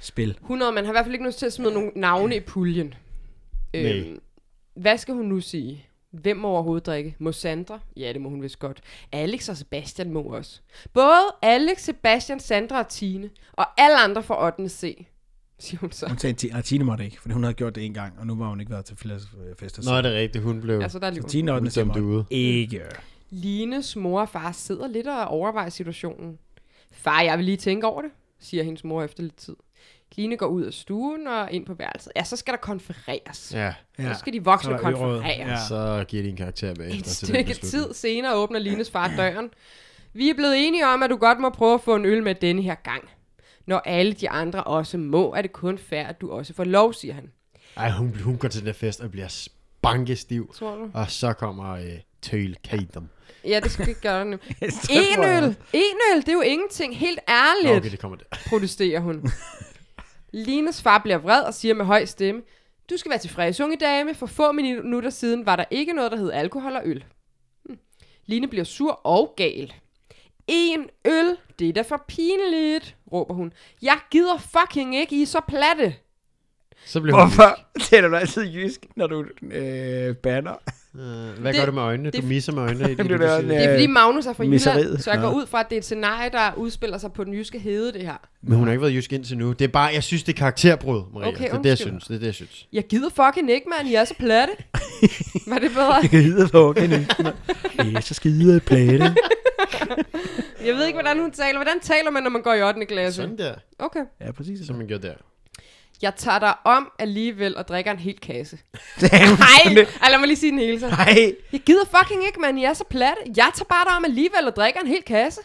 Speaker 2: spil.
Speaker 4: 100, man har i hvert fald ikke lyst til at smide nogle navne i puljen. Øhm,
Speaker 3: Nej.
Speaker 4: hvad skal hun nu sige? Hvem må overhovedet drikke? Må Sandra? Ja, det må hun vist godt. Alex og Sebastian må også. Både Alex, Sebastian, Sandra og Tine. Og alle andre fra 8. C, siger
Speaker 2: [laughs]
Speaker 4: hun så.
Speaker 2: Hun sagde, at Ti- nej, Tine måtte ikke, for hun havde gjort det en gang, og nu var hun ikke været til flere øh, fester.
Speaker 3: Nå, det er rigtigt. Hun blev...
Speaker 4: Altså, der er lige
Speaker 2: Tine og
Speaker 3: Hun
Speaker 2: den siger,
Speaker 3: dømte ude.
Speaker 2: måtte ikke.
Speaker 4: Lines mor og far sidder lidt og overvejer situationen. Far, jeg vil lige tænke over det, siger hendes mor efter lidt tid. Line går ud af stuen og ind på værelset. Ja, så skal der konfereres. Ja.
Speaker 3: Ja,
Speaker 4: Så skal de voksne
Speaker 2: Så er der øråd.
Speaker 4: konfereres.
Speaker 2: Ja.
Speaker 3: så giver de en karakter bagefter.
Speaker 4: Et
Speaker 3: til den
Speaker 4: stykke
Speaker 3: beslutning.
Speaker 4: tid senere åbner Lines far døren. Vi er blevet enige om, at du godt må prøve at få en øl med denne her gang. Når alle de andre også må, er det kun fair, at du også får lov, siger han.
Speaker 3: Ej, hun, hun går til den der fest og bliver spankestiv.
Speaker 4: Tror du?
Speaker 3: Og så kommer øh, Tøl Kadem.
Speaker 4: Ja, det skal vi gøre nu. En
Speaker 2: tror jeg.
Speaker 4: øl! En øl, det er jo ingenting. Helt
Speaker 3: Nå,
Speaker 4: ærligt,
Speaker 3: okay, det kommer der.
Speaker 4: protesterer hun. Lines far bliver vred og siger med høj stemme, du skal være tilfreds, unge dame. For få minutter siden var der ikke noget, der hed alkohol og øl. Hm. Line bliver sur og gal. En øl, det er da for pinligt, råber hun. Jeg gider fucking ikke, I er så platte.
Speaker 3: Så bliver
Speaker 2: [laughs]
Speaker 3: hun...
Speaker 2: Hvorfor taler du altid jysk, når du øh, banner?
Speaker 3: Øh, hvad
Speaker 4: Det-
Speaker 3: det, gør du med øjnene?
Speaker 4: det-
Speaker 3: Du misser med øjnene.
Speaker 4: [laughs]
Speaker 3: I det,
Speaker 2: bliver
Speaker 3: du
Speaker 2: der
Speaker 3: siger.
Speaker 2: en,
Speaker 4: Det er fordi Magnus er fra Jylland,
Speaker 2: miseriet.
Speaker 4: så jeg går
Speaker 2: Nå.
Speaker 4: ud fra, at det er et scenarie, der udspiller sig på den jyske hede, det her.
Speaker 3: Men hun har ikke været jysk indtil nu. Det er bare, jeg synes, det er karakterbrud, Maria.
Speaker 4: Okay,
Speaker 3: Okay, det er det, jeg
Speaker 4: undskyld.
Speaker 3: synes. Det er det, jeg synes.
Speaker 4: Jeg gider fucking ikke, mand, I er så platte. Var det bedre?
Speaker 2: Jeg gider på, okay? [laughs] Ja, så skide plade.
Speaker 4: Jeg ved ikke, hvordan hun taler. Hvordan taler man, når man går i 8. klasse?
Speaker 3: Sådan der,
Speaker 4: Okay.
Speaker 2: Ja, præcis. [laughs]
Speaker 3: som man gjorde der.
Speaker 4: Jeg tager dig om alligevel og drikker en hel kasse.
Speaker 2: Nej!
Speaker 4: [laughs] Nej, lad mig lige sige den hele
Speaker 2: [laughs]
Speaker 4: så.
Speaker 2: Nej!
Speaker 4: Jeg gider fucking ikke, mand. Jeg er så plat. Jeg tager bare dig om alligevel og drikker en hel kasse.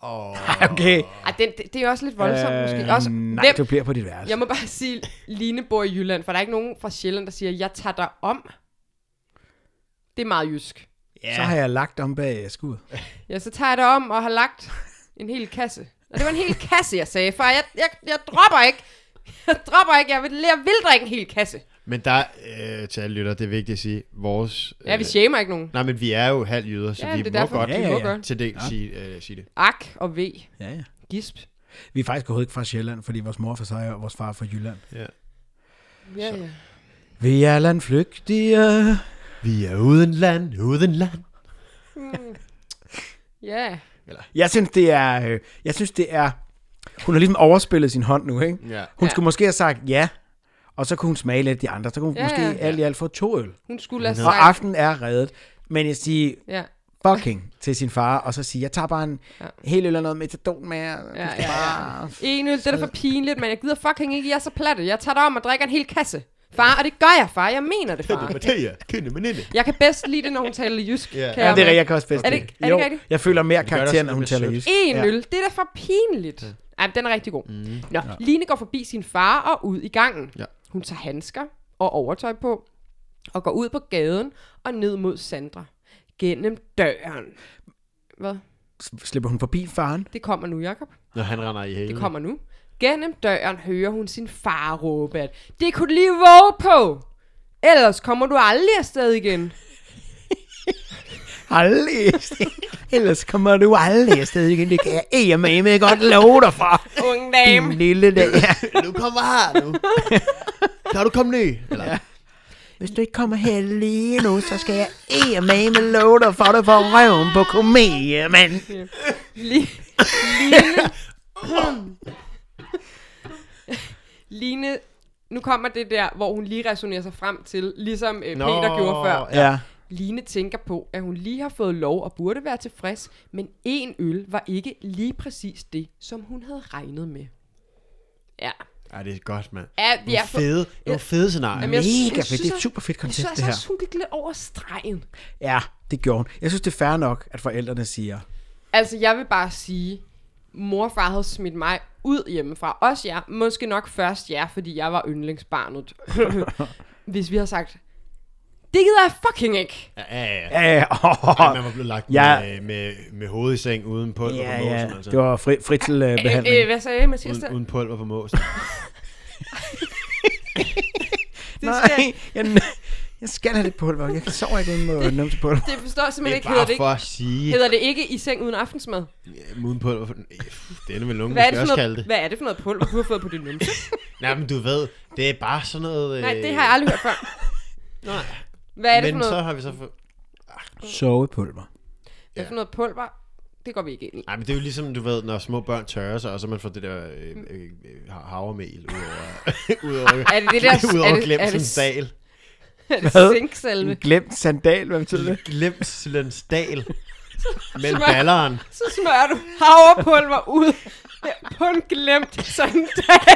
Speaker 3: Oh.
Speaker 2: Okay.
Speaker 4: Ej, den, det, det er også lidt voldsomt øh, måske. Også,
Speaker 2: Øhm, nej,
Speaker 4: hvem,
Speaker 2: du bliver på dit værelse.
Speaker 4: jeg må bare sige, Line bor i Jylland, for der er ikke nogen fra Sjælland, der siger, jeg tager dig om. Det er meget jysk.
Speaker 2: Ja. Så har jeg lagt om bag skud.
Speaker 4: Ja, så tager jeg dig om og har lagt en hel kasse. Og det var en hel kasse, jeg sagde, far. Jeg, jeg, jeg dropper ikke. Jeg dropper ikke. Jeg vil, jeg vil drikke en hel kasse.
Speaker 3: Men der, øh, til alle lytter, det er vigtigt at sige, vores... Øh,
Speaker 4: Ja, vi shamer ikke nogen.
Speaker 3: Nej, men vi er jo halv jyder, så
Speaker 4: Ja,
Speaker 3: vi
Speaker 4: det er
Speaker 3: må
Speaker 4: derfor,
Speaker 3: godt
Speaker 4: vi
Speaker 2: Ja, ja,
Speaker 4: må
Speaker 2: ja.
Speaker 4: godt.
Speaker 3: til det sige, øh, sige det.
Speaker 4: Ak og V.
Speaker 2: Ja, ja.
Speaker 4: Gisp.
Speaker 2: Vi er faktisk overhovedet ikke fra Sjælland, fordi vores mor er fra Sejr, og vores far er fra Jylland.
Speaker 3: Ja.
Speaker 4: Ja, ja.
Speaker 2: Vi er landflygtige.
Speaker 3: Vi er uden land, uden land.
Speaker 4: Ja.
Speaker 2: Jeg synes, det er... Øh, jeg synes, det er... Hun har ligesom overspillet sin hånd nu, ikke?
Speaker 3: Ja.
Speaker 2: Hun
Speaker 4: Ja.
Speaker 2: ja. skulle måske have sagt ja, og så kunne hun smage lidt af de andre. Så kunne hun
Speaker 4: Ja,
Speaker 2: ja, måske
Speaker 4: ja.
Speaker 2: ja. alt i alt få to øl.
Speaker 4: Hun skulle have
Speaker 2: Og
Speaker 4: sagt...
Speaker 2: aftenen er reddet. Men jeg siger
Speaker 4: Ja.
Speaker 2: fucking til sin far, og så sige, jeg tager bare en
Speaker 4: Ja.
Speaker 2: ja. hel øl eller noget metadon med jer.
Speaker 4: Ja, ja, ja. En øl, det er da for pinligt, men jeg gider fucking ikke, jeg er så platte. Jeg tager dig om og drikker en hel kasse. Far, og det gør jeg, far. Jeg mener det, far.
Speaker 3: Mathia, kønne meninde.
Speaker 4: Jeg kan bedst lide det, når hun taler jysk.
Speaker 3: Ja.
Speaker 4: kan
Speaker 2: Ja,
Speaker 4: jeg
Speaker 2: det er
Speaker 4: mærke.
Speaker 2: rigtigt, jeg kan også bedst
Speaker 4: Er det
Speaker 2: lide
Speaker 4: ikke- er det
Speaker 2: Jo,
Speaker 4: ikke rigtigt?
Speaker 2: jeg føler mere
Speaker 3: gør det også
Speaker 2: karakter,
Speaker 3: lidt
Speaker 2: når hun
Speaker 3: mere
Speaker 2: taler
Speaker 3: sødt.
Speaker 2: jysk.
Speaker 4: En
Speaker 2: Ja.
Speaker 4: øl, det er da for pinligt. Ja. Ej, den er rigtig god. Mm. Nå, Line går forbi sin far og ud i gangen.
Speaker 3: Ja.
Speaker 4: Hun tager handsker og overtøj på, og går ud på gaden og ned mod Sandra. Gennem døren. Hvad?
Speaker 2: Slipper hun forbi faren?
Speaker 4: Det kommer nu, Jakob.
Speaker 3: Når han render i hælen.
Speaker 4: Det kommer nu. Gennem døren hører hun sin far råbe, at det kunne du lige våge på. Ellers kommer du aldrig afsted igen.
Speaker 2: Aldrig. Ellers kommer du aldrig afsted igen. Det kan jeg eddermame godt love dig for.
Speaker 4: [laughs] Unge dame.
Speaker 2: Din lille dag. Ja.
Speaker 3: nu kommer her, nu. [laughs] Kan du komme ned? Eller, ja.
Speaker 2: Hvis du ikke kommer her lige nu, så skal jeg eddermame love dig for, at du får røven på komedie, mand.
Speaker 4: Li- Line. Line nu kommer det der, hvor hun lige resonerer sig frem til, ligesom øh,
Speaker 3: Nå,
Speaker 4: Peter gjorde før.
Speaker 2: Ja. ja.
Speaker 4: Line tænker på, at hun lige har fået lov og burde være tilfreds, men en øl var ikke lige præcis det, som hun havde regnet med. Ja.
Speaker 3: Ej, det er godt, mand.
Speaker 4: Ja, vi
Speaker 3: Nogle
Speaker 4: er for-
Speaker 3: fede, nogle fede scenarier.
Speaker 4: Jamen, jeg-
Speaker 2: Mega
Speaker 4: jeg
Speaker 2: fedt. Det er
Speaker 4: synes
Speaker 2: et super fedt
Speaker 4: Jeg
Speaker 2: koncept,
Speaker 4: synes
Speaker 2: det
Speaker 4: altså
Speaker 2: her.
Speaker 4: også, hun gik lidt over stregen.
Speaker 2: Ja, det gjorde hun. Jeg synes, det er fair nok, at forældrene siger,
Speaker 4: Altså, jeg vil bare sige, mor og far havde smidt mig ud hjemmefra. Også jer. Måske nok først jer, fordi jeg var
Speaker 2: [laughs]
Speaker 4: yndlingsbarnet. Hvis vi har sagt, det gider jeg fucking ikke.
Speaker 3: Ja, ja, ja. ja.
Speaker 2: ja,
Speaker 3: Ej,
Speaker 2: åh,
Speaker 3: man var blevet lagt
Speaker 2: Ja.
Speaker 3: med, med, med hovedet i seng uden pulver
Speaker 2: ja,
Speaker 3: på måsen.
Speaker 2: ja.
Speaker 3: Altså.
Speaker 2: Det var fri,
Speaker 4: [laughs] Øh, øh,
Speaker 2: fritselbehandling.
Speaker 4: hvad sagde jeg, Mathias?
Speaker 3: uden,
Speaker 4: der?
Speaker 3: uden pulver på
Speaker 4: [laughs]
Speaker 3: måsen.
Speaker 4: Det, skal,
Speaker 2: Nej, jeg, n- jeg skal have det pulver. Jeg kan sove ikke uden
Speaker 4: [laughs]
Speaker 2: med numse pulver.
Speaker 4: det forstår jeg
Speaker 3: det
Speaker 4: simpelthen
Speaker 3: er
Speaker 4: ikke. Hedder
Speaker 3: bare
Speaker 4: det
Speaker 3: for
Speaker 4: ikke,
Speaker 3: at sige,
Speaker 4: hedder det ikke i seng uden aftensmad?
Speaker 3: ja, uden pulver. på- Øh, Det er vel nogen,
Speaker 4: Hvad er, det
Speaker 3: måske
Speaker 4: for
Speaker 3: også kalde
Speaker 4: noget,
Speaker 3: det.
Speaker 4: hvad er det for noget pulver, du har fået på din
Speaker 2: [laughs]
Speaker 4: numse?
Speaker 3: Nej, men du ved, det er bare sådan noget... Øh...
Speaker 4: Nej, det har jeg aldrig hørt
Speaker 2: [laughs]
Speaker 4: før.
Speaker 3: Nej,
Speaker 4: Hvad er det
Speaker 3: men
Speaker 4: for
Speaker 3: så
Speaker 4: noget,
Speaker 3: har vi så fået...
Speaker 2: Sovepulver.
Speaker 4: hvad er det for noget pulver? Det går vi ikke ind i.
Speaker 3: Nej, men det er jo ligesom, du ved, når små børn tørrer sig, og så man får det der øh, øh, øh, havremel ud over, [laughs] ud over,
Speaker 4: [laughs] Er det det der...
Speaker 3: ud
Speaker 4: er
Speaker 3: over
Speaker 4: det, er det,
Speaker 3: Glemsens dal.
Speaker 4: er det
Speaker 2: Hvad?
Speaker 4: zinksalve?
Speaker 2: En glemt sandal, hvad betyder det?
Speaker 3: Glemsens
Speaker 4: [laughs]
Speaker 3: dal. Men
Speaker 4: Smør.
Speaker 3: balleren.
Speaker 4: Så smører du havrepulver ud på en glemt sandal.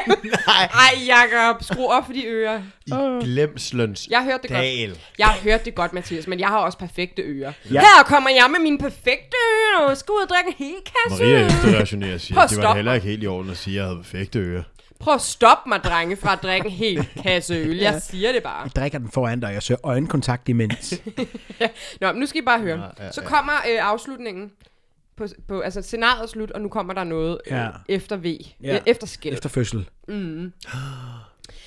Speaker 3: Nej,
Speaker 4: Ej, Jacob, skru op for de ører.
Speaker 3: i glemslens
Speaker 4: Jeg hørte det godt.
Speaker 3: dal.
Speaker 4: Jeg hørte det godt, Mathias, men jeg har også perfekte ører.
Speaker 2: Ja.
Speaker 4: Ja. Her kommer jeg med mine perfekte ører og skal ud og drikke en hel kasse.
Speaker 3: Maria efterrationerer og siger,
Speaker 4: Prøv
Speaker 3: at
Speaker 4: at
Speaker 3: det var
Speaker 4: stoppe
Speaker 3: da heller ikke helt i orden at sige, at jeg havde perfekte ører.
Speaker 4: Prøv at stoppe mig, drenge, fra at drikke en hel kasse øl. Jeg siger det bare.
Speaker 2: Jeg drikker den foran dig, og jeg søger øjenkontakt
Speaker 4: [laughs]
Speaker 2: imens.
Speaker 4: Nå, men nu skal I bare høre.
Speaker 3: Ja, ja,
Speaker 4: Så
Speaker 3: ja.
Speaker 4: kommer øh, afslutningen. På, på, altså, scenariet er slut, og nu kommer der noget øh,
Speaker 2: Ja.
Speaker 4: efter V.
Speaker 2: Ja.
Speaker 4: Øh, efter skæld.
Speaker 2: Efter fødsel.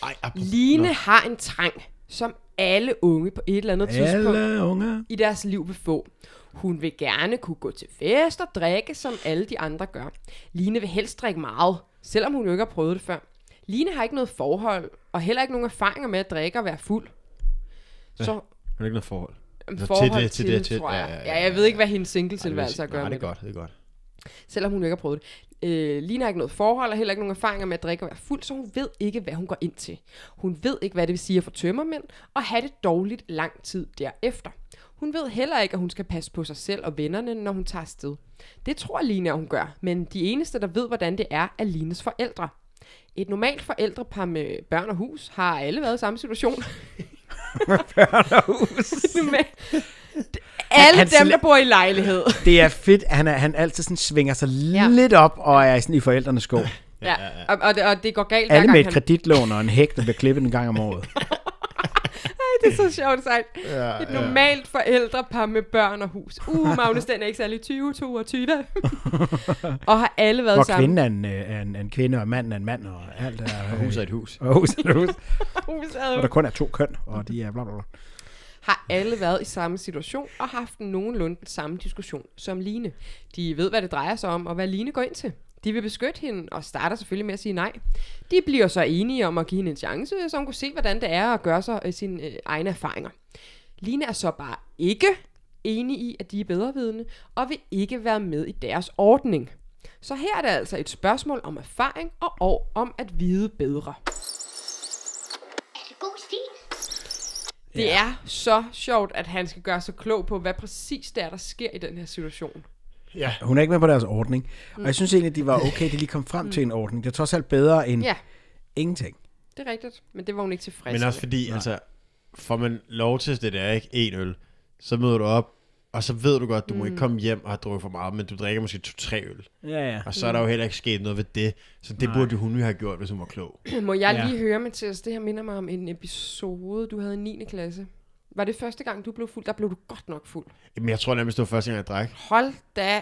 Speaker 3: Ej, apropos-
Speaker 4: Line har en trang, som alle unge på et eller andet tidspunkt
Speaker 2: Alle unge.
Speaker 4: i deres liv vil få. Hun vil gerne kunne gå til fest og drikke, som alle de andre gør. Line vil helst drikke meget, selvom hun jo ikke har prøvet det før. Line har ikke noget forhold, og heller ikke nogen erfaringer med at drikke og være fuld. Så
Speaker 3: Har du ikke noget forhold?
Speaker 4: øhm,
Speaker 3: til
Speaker 4: forhold
Speaker 3: det- til det- til-
Speaker 4: tror jeg.
Speaker 3: ja, ja,
Speaker 4: Ja,
Speaker 3: ja,
Speaker 4: jeg ved ikke, hvad hendes singletilværelse
Speaker 3: Nej,
Speaker 4: har at gøre
Speaker 3: det
Speaker 4: med
Speaker 3: er godt, det er godt.
Speaker 4: selvom hun ikke har prøvet det. Øh, Lina har ikke noget forhold og heller ikke nogen erfaringer med at drikke og være fuld, så hun ved ikke, hvad hun går ind til. Hun ved ikke, hvad det vil sige at få tømmermænd og have det dårligt lang tid derefter. Hun ved heller ikke, at hun skal passe på sig selv og vennerne, når hun tager afsted. Det tror Lina, at hun gør, men de eneste, der ved, hvordan det er, er Lines forældre. Et normalt forældrepar med børn og hus har alle været i samme situation. [laughs] børn og hus. alle
Speaker 2: han
Speaker 4: dem,
Speaker 2: sle-
Speaker 4: der bor i lejlighed.
Speaker 2: Det er fedt, at han, er, han altid sådan svinger sig
Speaker 4: Ja.
Speaker 2: ja. lidt op og er sådan i forældrenes sko.
Speaker 4: Ja, ja, ja. Og, og, det, og det går galt
Speaker 2: Alle
Speaker 4: hver
Speaker 2: med
Speaker 4: gang
Speaker 2: et kreditlån og en hæk, der bliver klippet en gang om året.
Speaker 4: han... Det er så sjovt sagt. Ja, et normalt forældrepar med børn og hus.
Speaker 2: [laughs]
Speaker 4: Uh, Magnus, den er ikke særlig 20, 22. [laughs] og har alle været
Speaker 2: Hvor
Speaker 4: sammen.
Speaker 2: kvinden er en, øh, er en, er en kvinde, og manden er en mand, og alt er... øh,
Speaker 3: Hus er et hus.
Speaker 2: Og hus er et hus.
Speaker 4: Hus havde
Speaker 2: Hvor
Speaker 4: jo-
Speaker 2: der kun er to køn, og de er bla bla bla.
Speaker 4: har alle været i samme situation og haft nogenlunde den samme diskussion som Line. De ved, hvad det drejer sig om, og hvad Line går ind til. De vil beskytte hende, og starter selvfølgelig med at sige nej. De bliver så enige om at give hende en chance, så hun kunne se, hvordan det er at gøre sig øh, sine øh, egne erfaringer. Line er så bare ikke enig i, at de er bedrevidende, og vil ikke være med i deres ordning. Så her er det altså et spørgsmål om erfaring og, og om at vide bedre.
Speaker 1: det god stil?
Speaker 4: Det er så sjovt, at han skal gøre sig klog på, hvad præcis det er, der sker i den her situation.
Speaker 3: Ja.
Speaker 2: Hun er ikke med på deres ordning. Og jeg synes egentlig, at de var okay, at de lige kom frem til en ordning. Det er trods alt bedre end
Speaker 4: Ja,
Speaker 2: ingenting.
Speaker 4: det er rigtigt. Men det var hun ikke tilfreds
Speaker 3: Men også
Speaker 4: med.
Speaker 3: fordi, altså, får man lov til det der, ikke? En øl, så møder du op, og så ved du godt, du mm. må ikke komme hjem og have drukket for meget, men du drikker måske to-tre øl.
Speaker 2: Ja, ja.
Speaker 3: Og så
Speaker 4: Mm.
Speaker 3: er der jo heller ikke sket noget ved det. Så det Nej. burde jo hun jo have gjort, hvis hun var klog.
Speaker 4: Må jeg
Speaker 2: Ja.
Speaker 4: lige høre, Mathias, det her minder mig om en episode, du havde i 9. klasse. Var det første gang, du blev fuld? Der blev du godt nok fuld.
Speaker 3: Men jeg tror nærmest, det var første gang, jeg drak.
Speaker 4: Hold da.
Speaker 3: Er du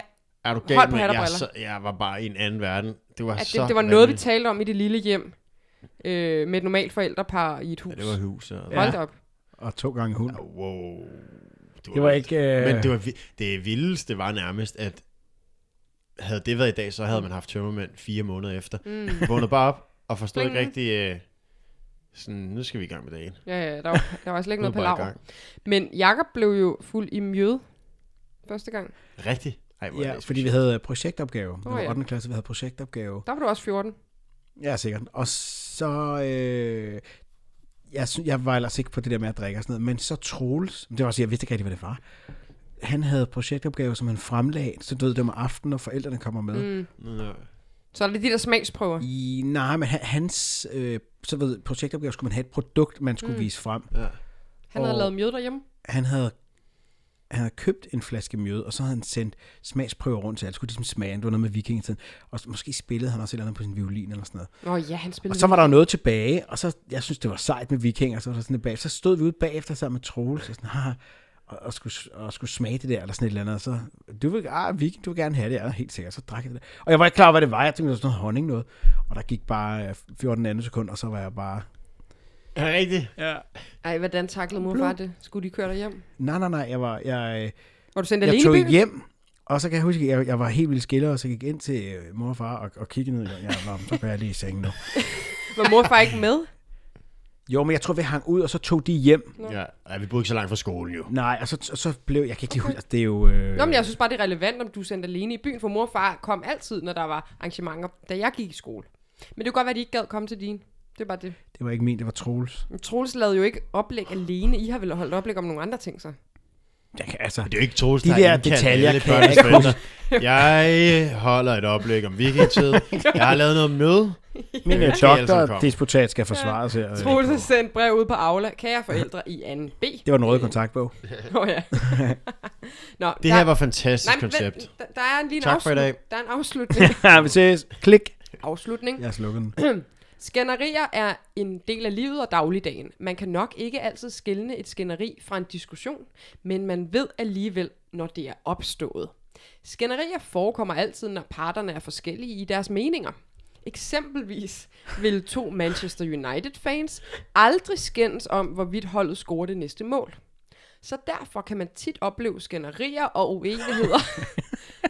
Speaker 4: Hold
Speaker 3: gal,
Speaker 4: på
Speaker 3: men
Speaker 4: hat og
Speaker 3: jeg,
Speaker 4: briller.
Speaker 3: så, jeg var bare i en anden verden. Det var
Speaker 4: At
Speaker 3: så
Speaker 4: det, det var noget, vi
Speaker 3: vanvittigt.
Speaker 4: talte om i det lille hjem. Øh, med et normalt forældrepar i et hus.
Speaker 3: Ja, det var et hus. Og...
Speaker 4: Hold da op.
Speaker 2: Og to gange hund.
Speaker 3: Wow.
Speaker 2: Det var ikke... Øh...
Speaker 3: Men det, var, vi- det vildeste var nærmest, at havde det været i dag, så havde man haft tømmermænd fire måneder efter. Mm. [laughs] Vågnede bare op og forstod ikke
Speaker 4: Bling.
Speaker 3: rigtig, øh, sådan, nu skal vi i gang med dagen.
Speaker 4: Ja, ja, der var,
Speaker 3: [laughs]
Speaker 4: der var slet ikke
Speaker 3: Nu er
Speaker 4: noget
Speaker 3: bare i
Speaker 4: palaver.
Speaker 3: gang.
Speaker 4: Men Jakob blev jo fuld i mjød første gang.
Speaker 3: Rigtigt? Ej, hvor er
Speaker 2: Ja,
Speaker 3: det
Speaker 2: fordi vi havde øh, projektopgave. Det
Speaker 4: Åh,
Speaker 2: var
Speaker 4: ja.
Speaker 2: 8. klasse, vi havde projektopgave.
Speaker 4: Der var du også 14.
Speaker 2: Ja, sikkert. Og så... Øh, jeg, sy- jeg var ellers ikke på det der med at drikke og sådan noget, men så Troels, det var også, jeg vidste ikke rigtig, hvad det var, han havde projektopgaver, som han fremlagde, så du ved, det var om aftenen, og forældrene kommer med. Mm.
Speaker 3: Nå.
Speaker 4: Så er det de der smagsprøver.
Speaker 2: I, nej, men han- hans øh, så ved, projektopgave skulle man have et produkt, man skulle mm. vise frem.
Speaker 3: Ja.
Speaker 4: Han havde
Speaker 2: Og-
Speaker 4: lavet mjød derhjemme.
Speaker 2: han havde, han havde købt en flaske mjød, og så havde han sendt smagsprøver rundt til alle. Skulle ligesom smage, det var noget med vikingetiden. Og så- måske spillede han også et eller andet på sin violin eller sådan noget.
Speaker 4: Nå ja, han
Speaker 2: Og
Speaker 4: spillede.
Speaker 2: så var der jo noget tilbage, og så, jeg synes, det var sejt med vikinger, så var der sådan lidt bag. Så stod vi ude bagefter sammen med Troels, og sådan, haha, og, og, skulle, og skulle smage det der, eller sådan et eller andet. Og så, du vil, ah, viking, du vil gerne have det, ja, helt sikkert. Så drak jeg det der. Og jeg var ikke klar over, hvad det var. Jeg tænkte, det var sådan noget honning noget. Og der gik bare øh, 14 andre sekunder, og så var jeg bare,
Speaker 3: Er det rigtigt?
Speaker 4: Ej, hvordan taklede mor og far det? Skulle de køre dig hjem?
Speaker 2: nej, nej, nej, jeg var, jeg, øh,
Speaker 4: Var du sendt
Speaker 2: jeg
Speaker 4: alene i
Speaker 2: tog
Speaker 4: byen?
Speaker 2: hjem, og så kan jeg huske, at jeg, jeg var helt vildt skiller, og så gik jeg ind til øh, mor og far og, og kiggede ned. Jeg, jeg var, så går jeg lige i sengen nu.
Speaker 4: Var mor og far ikke
Speaker 3: [laughs]
Speaker 4: med?
Speaker 2: Jo, men jeg tror, vi hang ud, og så tog de hjem.
Speaker 3: Ja. Ej, vi boede ikke så langt fra skolen jo.
Speaker 2: Nej, og så, og så blev... Jeg kan ikke lige huske... altså, Det er jo... Øh,
Speaker 4: Nå, men jeg synes bare, det er relevant, om du er sendt alene i byen, for mor og far kom altid, når der var arrangementer, da jeg gik i skole. Men det kunne godt være, at de ikke gad komme til din. Det er bare det.
Speaker 2: Det var ikke min, det var Troels.
Speaker 4: Men Troels lavede jo ikke oplæg alene. I har vel holdt oplæg om nogle andre ting, så?
Speaker 2: Jeg kan, altså...
Speaker 3: Det er jo ikke Troels,
Speaker 2: De
Speaker 3: der har
Speaker 2: der
Speaker 3: indkaldt
Speaker 2: detaljer
Speaker 3: alle
Speaker 2: kan jeg
Speaker 3: børnenes
Speaker 2: ikke
Speaker 3: forældre. Jeg holder et oplæg om vikingetid. Jeg har lavet noget møde.
Speaker 2: Min øh,
Speaker 3: alle sammen
Speaker 2: doktor,
Speaker 3: kom.
Speaker 2: disputat skal forsvares her. Øh,
Speaker 4: Troels har sendt brev ud på Aula. Kære forældre i 2. B.
Speaker 2: Det var den røde
Speaker 3: [laughs]
Speaker 2: kontaktbog.
Speaker 4: Nå ja. Nå,
Speaker 3: Det her var et fantastisk
Speaker 4: men
Speaker 3: koncept.
Speaker 4: vent, der, der er en lille
Speaker 3: Tak for i dag.
Speaker 4: Der er en
Speaker 3: [laughs]
Speaker 4: afslutning.
Speaker 2: Ja, vi ses. Klik.
Speaker 4: afslutning.
Speaker 2: Jeg slukker
Speaker 3: [clears throat]
Speaker 2: den.
Speaker 4: Skænderier er en del af livet og dagligdagen. Man kan nok ikke altid skelne et skænderi fra en diskussion, men man ved alligevel, når det er opstået. Skænderier forekommer altid, når parterne er forskellige i deres meninger. Eksempelvis vil to Manchester United-fans aldrig skændes om, hvorvidt holdet scorer det næste mål. Så derfor kan man tit opleve skænderier og uenigheder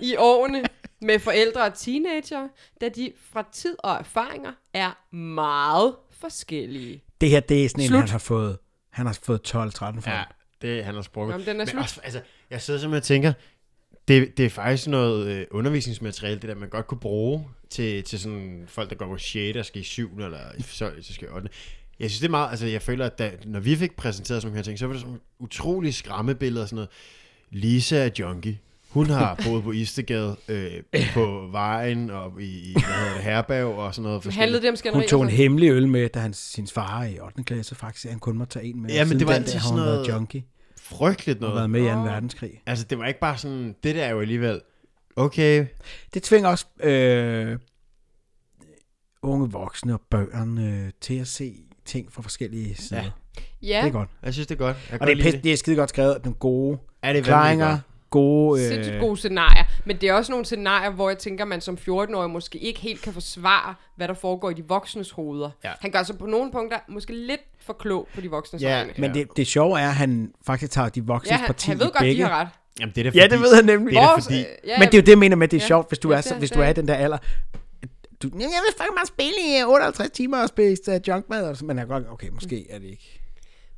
Speaker 4: i årene med forældre og teenager, da de fra tid og erfaringer er meget forskellige.
Speaker 2: Det her, det er sådan en,
Speaker 4: Slut.
Speaker 2: han har fået... Han har fået 12-13 for.
Speaker 3: Ja,
Speaker 2: Ja.
Speaker 3: det han har sprukket.
Speaker 4: Jamen, den er
Speaker 3: Men
Speaker 4: slut.
Speaker 3: Også, altså, jeg sidder simpelthen og tænker, det, det er faktisk noget øh, undervisningsmateriale, det der man godt kunne bruge til, til sådan folk, der går på 6. og skal i 7. eller i- så, så skal i 8. Jeg synes, det er meget, altså jeg føler, at da, når vi fik præsenteret sådan nogle her ting, så var det sådan nogle utrolige skræmmebilleder og sådan noget. Lisa er junkie. Hun har boet på Istegade øh, på vejen og i, i hvad hedder det, herberg og sådan noget forskelligt.
Speaker 4: Handlede det om skænderier?
Speaker 2: Hun tog en
Speaker 4: så?
Speaker 2: hemmelig øl med, da hans, sin far i 8. klasse faktisk, han kun måtte tage en med.
Speaker 3: Ja, men
Speaker 2: Siden
Speaker 3: det var
Speaker 2: den
Speaker 3: altid
Speaker 2: dag har
Speaker 3: sådan
Speaker 2: hun været
Speaker 3: noget-
Speaker 2: junkie.
Speaker 3: Frygteligt
Speaker 2: Og været
Speaker 3: noget.
Speaker 2: med i 2. verdenskrig.
Speaker 3: Altså, det var ikke bare sådan, det der er jo alligevel, okay,
Speaker 2: Det tvinger også øh, unge voksne og børn øh, til at se ting fra forskellige sider. Ja.
Speaker 4: ja,
Speaker 2: Det er godt.
Speaker 3: Jeg synes, det er godt. Jeg
Speaker 2: Og det er, pisse, det er skide godt skrevet. Den gode
Speaker 3: er det
Speaker 2: forklaringer, gode...
Speaker 4: sindssygt
Speaker 2: Øh,
Speaker 4: gode scenarier. Men det er også nogle scenarier, hvor jeg tænker, man som 14-årig måske ikke helt kan forsvare, hvad der foregår i de voksnes hoveder.
Speaker 3: Ja.
Speaker 4: Han gør sig på nogle punkter måske lidt for klog på de voksnes
Speaker 3: Ja,
Speaker 4: øjne.
Speaker 3: men-
Speaker 2: men det, det sjove er, at han faktisk tager de voksne
Speaker 4: ja,
Speaker 2: ja,
Speaker 4: han,
Speaker 2: parti
Speaker 4: han ved
Speaker 2: i
Speaker 4: godt,
Speaker 2: begge.
Speaker 4: de har ret.
Speaker 3: Jamen, det er da,
Speaker 2: Ja, det ved han nemlig.
Speaker 3: Det er da
Speaker 4: Vores,
Speaker 3: fordi...
Speaker 4: øh, ja,
Speaker 2: Men det er jo det, jeg mener med, at det er
Speaker 4: Ja.
Speaker 2: sjovt, hvis du,
Speaker 4: Ja,
Speaker 2: er, så,
Speaker 4: det-
Speaker 2: hvis
Speaker 4: det
Speaker 2: du
Speaker 4: er
Speaker 2: er i
Speaker 4: det.
Speaker 2: den der alder. Du, jeg vil fucking bare spille i 58 timer og spise uh, junkmad. Og så, men jeg kan godt, okay, måske er det ikke.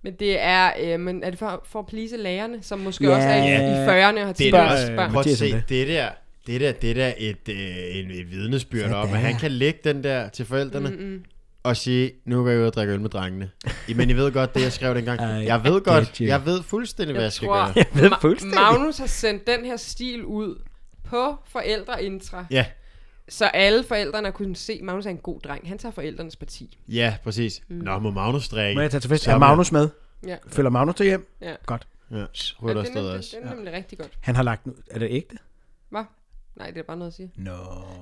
Speaker 4: Men det er, øh, men er det for, for at please lærerne, som måske
Speaker 2: Ja.
Speaker 4: også er i, i 40'erne og har
Speaker 3: Det er
Speaker 2: Børn, øh,
Speaker 3: da
Speaker 4: teenage
Speaker 3: også...
Speaker 4: børn.
Speaker 3: Prøv at
Speaker 2: Mathias er
Speaker 3: se,
Speaker 2: med.
Speaker 3: det der, det der, det der et, øh, en, et vidnesbyrd
Speaker 2: Sådan.
Speaker 3: om, at han kan lægge den der til forældrene mm-hmm. og sige, nu går jeg ud og drikker øl med drengene. I, men I ved godt, det jeg skrev dengang.
Speaker 2: Ej,
Speaker 3: jeg ved
Speaker 2: det
Speaker 3: godt,
Speaker 2: er
Speaker 3: jeg ved fuldstændig, hvad jeg skal
Speaker 4: tror-
Speaker 3: gøre.
Speaker 2: Jeg ved fuldstændig.
Speaker 4: Magnus har sendt den her stil ud på forældreintra,
Speaker 3: Ja,
Speaker 4: så alle forældrene har kunnet se, at Magnus er en god dreng. Han tager forældrenes parti.
Speaker 3: ja, præcis.
Speaker 4: Mm.
Speaker 3: Nå, må Magnus drikke.
Speaker 2: Må jeg tage til fest?
Speaker 3: Så
Speaker 2: Er Magnus med?
Speaker 4: Ja.
Speaker 2: Følger Magnus til hjem?
Speaker 4: Ja.
Speaker 2: Godt.
Speaker 3: Ja,
Speaker 4: Ja,
Speaker 3: ruller
Speaker 4: det, er
Speaker 3: afsted
Speaker 4: nemlig, det,
Speaker 3: også.
Speaker 4: det er nemlig rigtig godt.
Speaker 2: Han har lagt... nu- Er det ægte?
Speaker 4: Hva? Nej, det er bare noget at sige.
Speaker 2: Nå.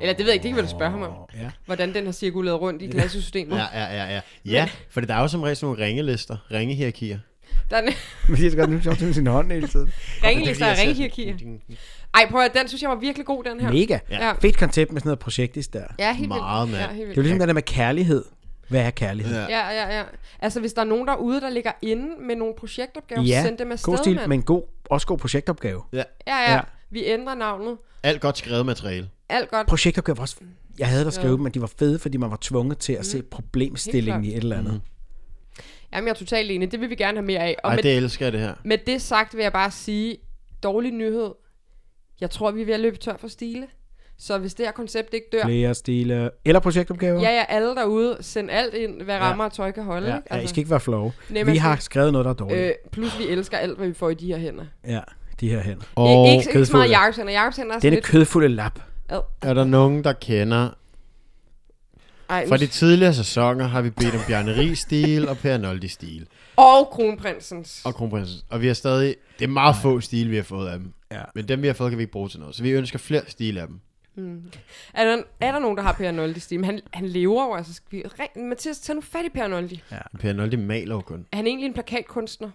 Speaker 4: Eller det ved jeg ikke, det kan vi da spørge ham om.
Speaker 2: Ja.
Speaker 4: Hvordan den har cirkuleret rundt i klassesystemet.
Speaker 3: Ja, ja, ja, ja. Ja, for der er jo som regel sådan nogle ringelister, ringehierarkier.
Speaker 4: Der er en
Speaker 2: Men det er så godt, nu er det med sin hånd hele tiden.
Speaker 4: ringelister og ringhierarkier. Ej, prøv at høre, den synes jeg var virkelig god, den her.
Speaker 2: Mega.
Speaker 4: Ja.
Speaker 2: Ja. Fedt koncept med sådan noget projektis der. Det
Speaker 4: Ja, helt vildt.
Speaker 3: Meget, mand.
Speaker 4: ja, helt
Speaker 2: er jo
Speaker 4: vildt.
Speaker 2: ligesom det der med kærlighed. Hvad er kærlighed? Ja.
Speaker 3: Ja.
Speaker 4: Ja, ja, ja. Altså, hvis der er nogen derude, der ligger inde med nogle projektopgaver,
Speaker 2: Ja,
Speaker 4: ja. send dem afsted,
Speaker 2: god stil,
Speaker 4: mand.
Speaker 2: men god, også god projektopgave.
Speaker 3: Ja,
Speaker 4: Ja, ja,
Speaker 2: Ja.
Speaker 4: ja. Vi ændrer navnet.
Speaker 3: alt godt skrevet materiale.
Speaker 4: Alt godt.
Speaker 2: Projektopgave var også... Jeg havde der skrevet, dem, men de var fede, fordi man var tvunget til
Speaker 4: Mhm.
Speaker 2: at se problemstillingen i
Speaker 4: Helt
Speaker 2: et eller andet.
Speaker 4: Jamen, jeg er totalt enig. Det vil vi gerne have mere af. Og
Speaker 3: Ej,
Speaker 4: med,
Speaker 3: det elsker jeg, det her.
Speaker 4: med det sagt vil jeg bare sige, dårlig nyhed. Jeg tror, vi er ved at løbe tør for stile. Så hvis det her koncept ikke dør,
Speaker 2: Flere stile. Eller projektopgaver.
Speaker 4: ja, ja, alle derude, send alt ind, hvad rammer og tøj kan holde.
Speaker 2: ja.
Speaker 4: ikke?
Speaker 2: ja I skal ikke være flove.
Speaker 4: Nej,
Speaker 2: Vi
Speaker 4: men-
Speaker 2: har skrevet noget, der er dårligt.
Speaker 4: Øh, plus vi elsker alt, hvad vi får i de her hænder.
Speaker 2: Ja, de her hænder.
Speaker 3: Og
Speaker 4: ikke, ikke så meget
Speaker 2: kødfulde.
Speaker 4: Jacobs hænder. Jacobs hænder er sådan
Speaker 2: Denne
Speaker 4: Altså, lidt...
Speaker 2: kødfulde lap.
Speaker 4: Ad.
Speaker 3: er der nogen, der kender...
Speaker 4: Ej,
Speaker 3: Fra
Speaker 4: nu-
Speaker 3: de tidligere sæsoner har vi bedt om Bjarne Ries-stil og Per Noldi-stil.
Speaker 4: Og kronprinsens.
Speaker 3: Og kronprinsen. Og vi har stadig... Det er meget få stil, vi har fået af dem.
Speaker 2: Ja.
Speaker 3: Men dem, vi har fået, kan vi ikke bruge til noget. Så vi ønsker flere stil af dem.
Speaker 4: Er der, er der nogen, der har Per Noldi stemme? Han, han lever jo, altså. Skal vi, ring, Mathias, tag nu fat i Per Noldi. Ja.
Speaker 3: Men Per Noldi maler jo kun.
Speaker 4: Er han egentlig en plakatkunstner?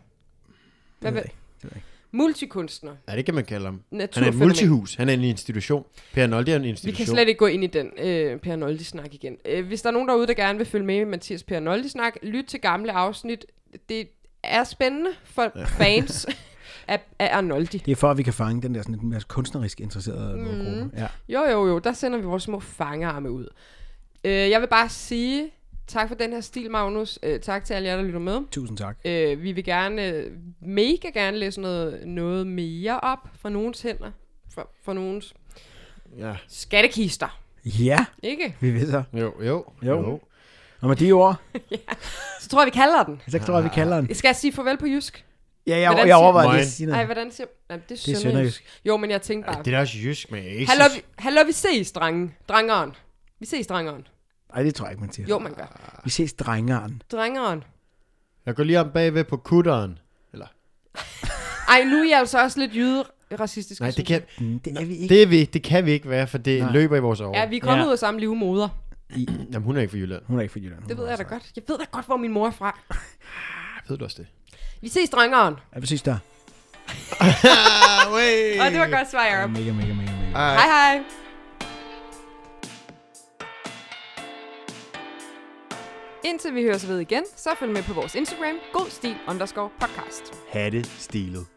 Speaker 4: Hvad
Speaker 2: ved
Speaker 4: ved
Speaker 2: jeg ikke. Det ved jeg
Speaker 4: Multikunstner.
Speaker 3: Ja, det kan man kalde ham. Han er et
Speaker 4: Naturfænomen.
Speaker 3: multihus. Han er en institution. Per Noldi er en
Speaker 4: Vi
Speaker 3: institution.
Speaker 4: kan slet ikke gå ind i den øh, Per Noldi-snak igen. Øh, hvis der er nogen derude, der gerne vil følge med i Mathias Per Noldi-snak, lyt til gamle afsnit. Det er spændende for [laughs] fans af, af Arnoldi.
Speaker 2: Det er for, at vi kan fange den der sådan lidt mere kunstnerisk
Speaker 4: Mhm.
Speaker 2: interesserede mm. gruppe. Ja.
Speaker 4: Jo, jo, jo, der sender vi vores små fangerarme ud. Øh, jeg vil bare sige tak for den her stil, Magnus. Øh, tak til alle jer, der lytter med.
Speaker 2: Tusind tak.
Speaker 4: Øh, vi vil gerne, øh, mega gerne læse noget, noget mere op fra nogens hænder, fra, fra nogens
Speaker 3: Ja.
Speaker 4: skattekister,
Speaker 2: Ja,
Speaker 4: ikke?
Speaker 2: vi ved så.
Speaker 3: Jo, jo,
Speaker 2: Jo. Og med de ord,
Speaker 4: Så tror jeg, vi kalder den.
Speaker 2: så tror jeg, vi kalder den.
Speaker 4: Skal jeg sige farvel på jysk?
Speaker 2: Ja, jeg,
Speaker 4: Hvordan
Speaker 2: jeg
Speaker 4: siger-
Speaker 2: overvejer
Speaker 3: Moin.
Speaker 2: lige at sige
Speaker 4: Nej,
Speaker 2: noget.
Speaker 4: hvordan siger... Nej, det er
Speaker 2: Det er
Speaker 4: sønderjysk.
Speaker 2: sønderjysk.
Speaker 4: Jo, men jeg tænkte bare...
Speaker 3: Det er da også jysk, men jeg ikke
Speaker 4: Hallo,
Speaker 3: synes-
Speaker 4: vi, hallo, vi ses, drenge. Drengeren. Vi ses, drengeren.
Speaker 2: Nej, det tror jeg ikke, man siger.
Speaker 4: Jo, man gør.
Speaker 2: Vi ses drengeren.
Speaker 4: Drengeren.
Speaker 3: Jeg går lige om bagved på kutteren. Eller,
Speaker 4: Ej, nu er jeg altså også lidt jyde racistisk.
Speaker 3: nej, det kan,
Speaker 2: Mm, Det er vi ikke.
Speaker 3: det, er vi, det kan vi ikke være, for det nej. løber i vores år.
Speaker 4: Ja, vi er kommet
Speaker 2: Ja.
Speaker 4: ud af samme livmoder.
Speaker 3: Jamen, hun er ikke fra Jylland.
Speaker 2: Hun er altså ikke fra Jylland.
Speaker 4: Det ved jeg da
Speaker 3: altså.
Speaker 4: godt. Jeg ved da godt, hvor min mor er fra.
Speaker 3: Ved du også det?
Speaker 4: Vi ses, drengeren.
Speaker 2: Ja, præcis der.
Speaker 3: Ah, wey.
Speaker 4: Og det var et godt svar, Jacob.
Speaker 2: Mega, mega, mega, mega.
Speaker 4: Hej, hej. Indtil vi høres ved igen, så følg med på vores Instagram, godstil underscore podcast.
Speaker 3: Hatte stilet.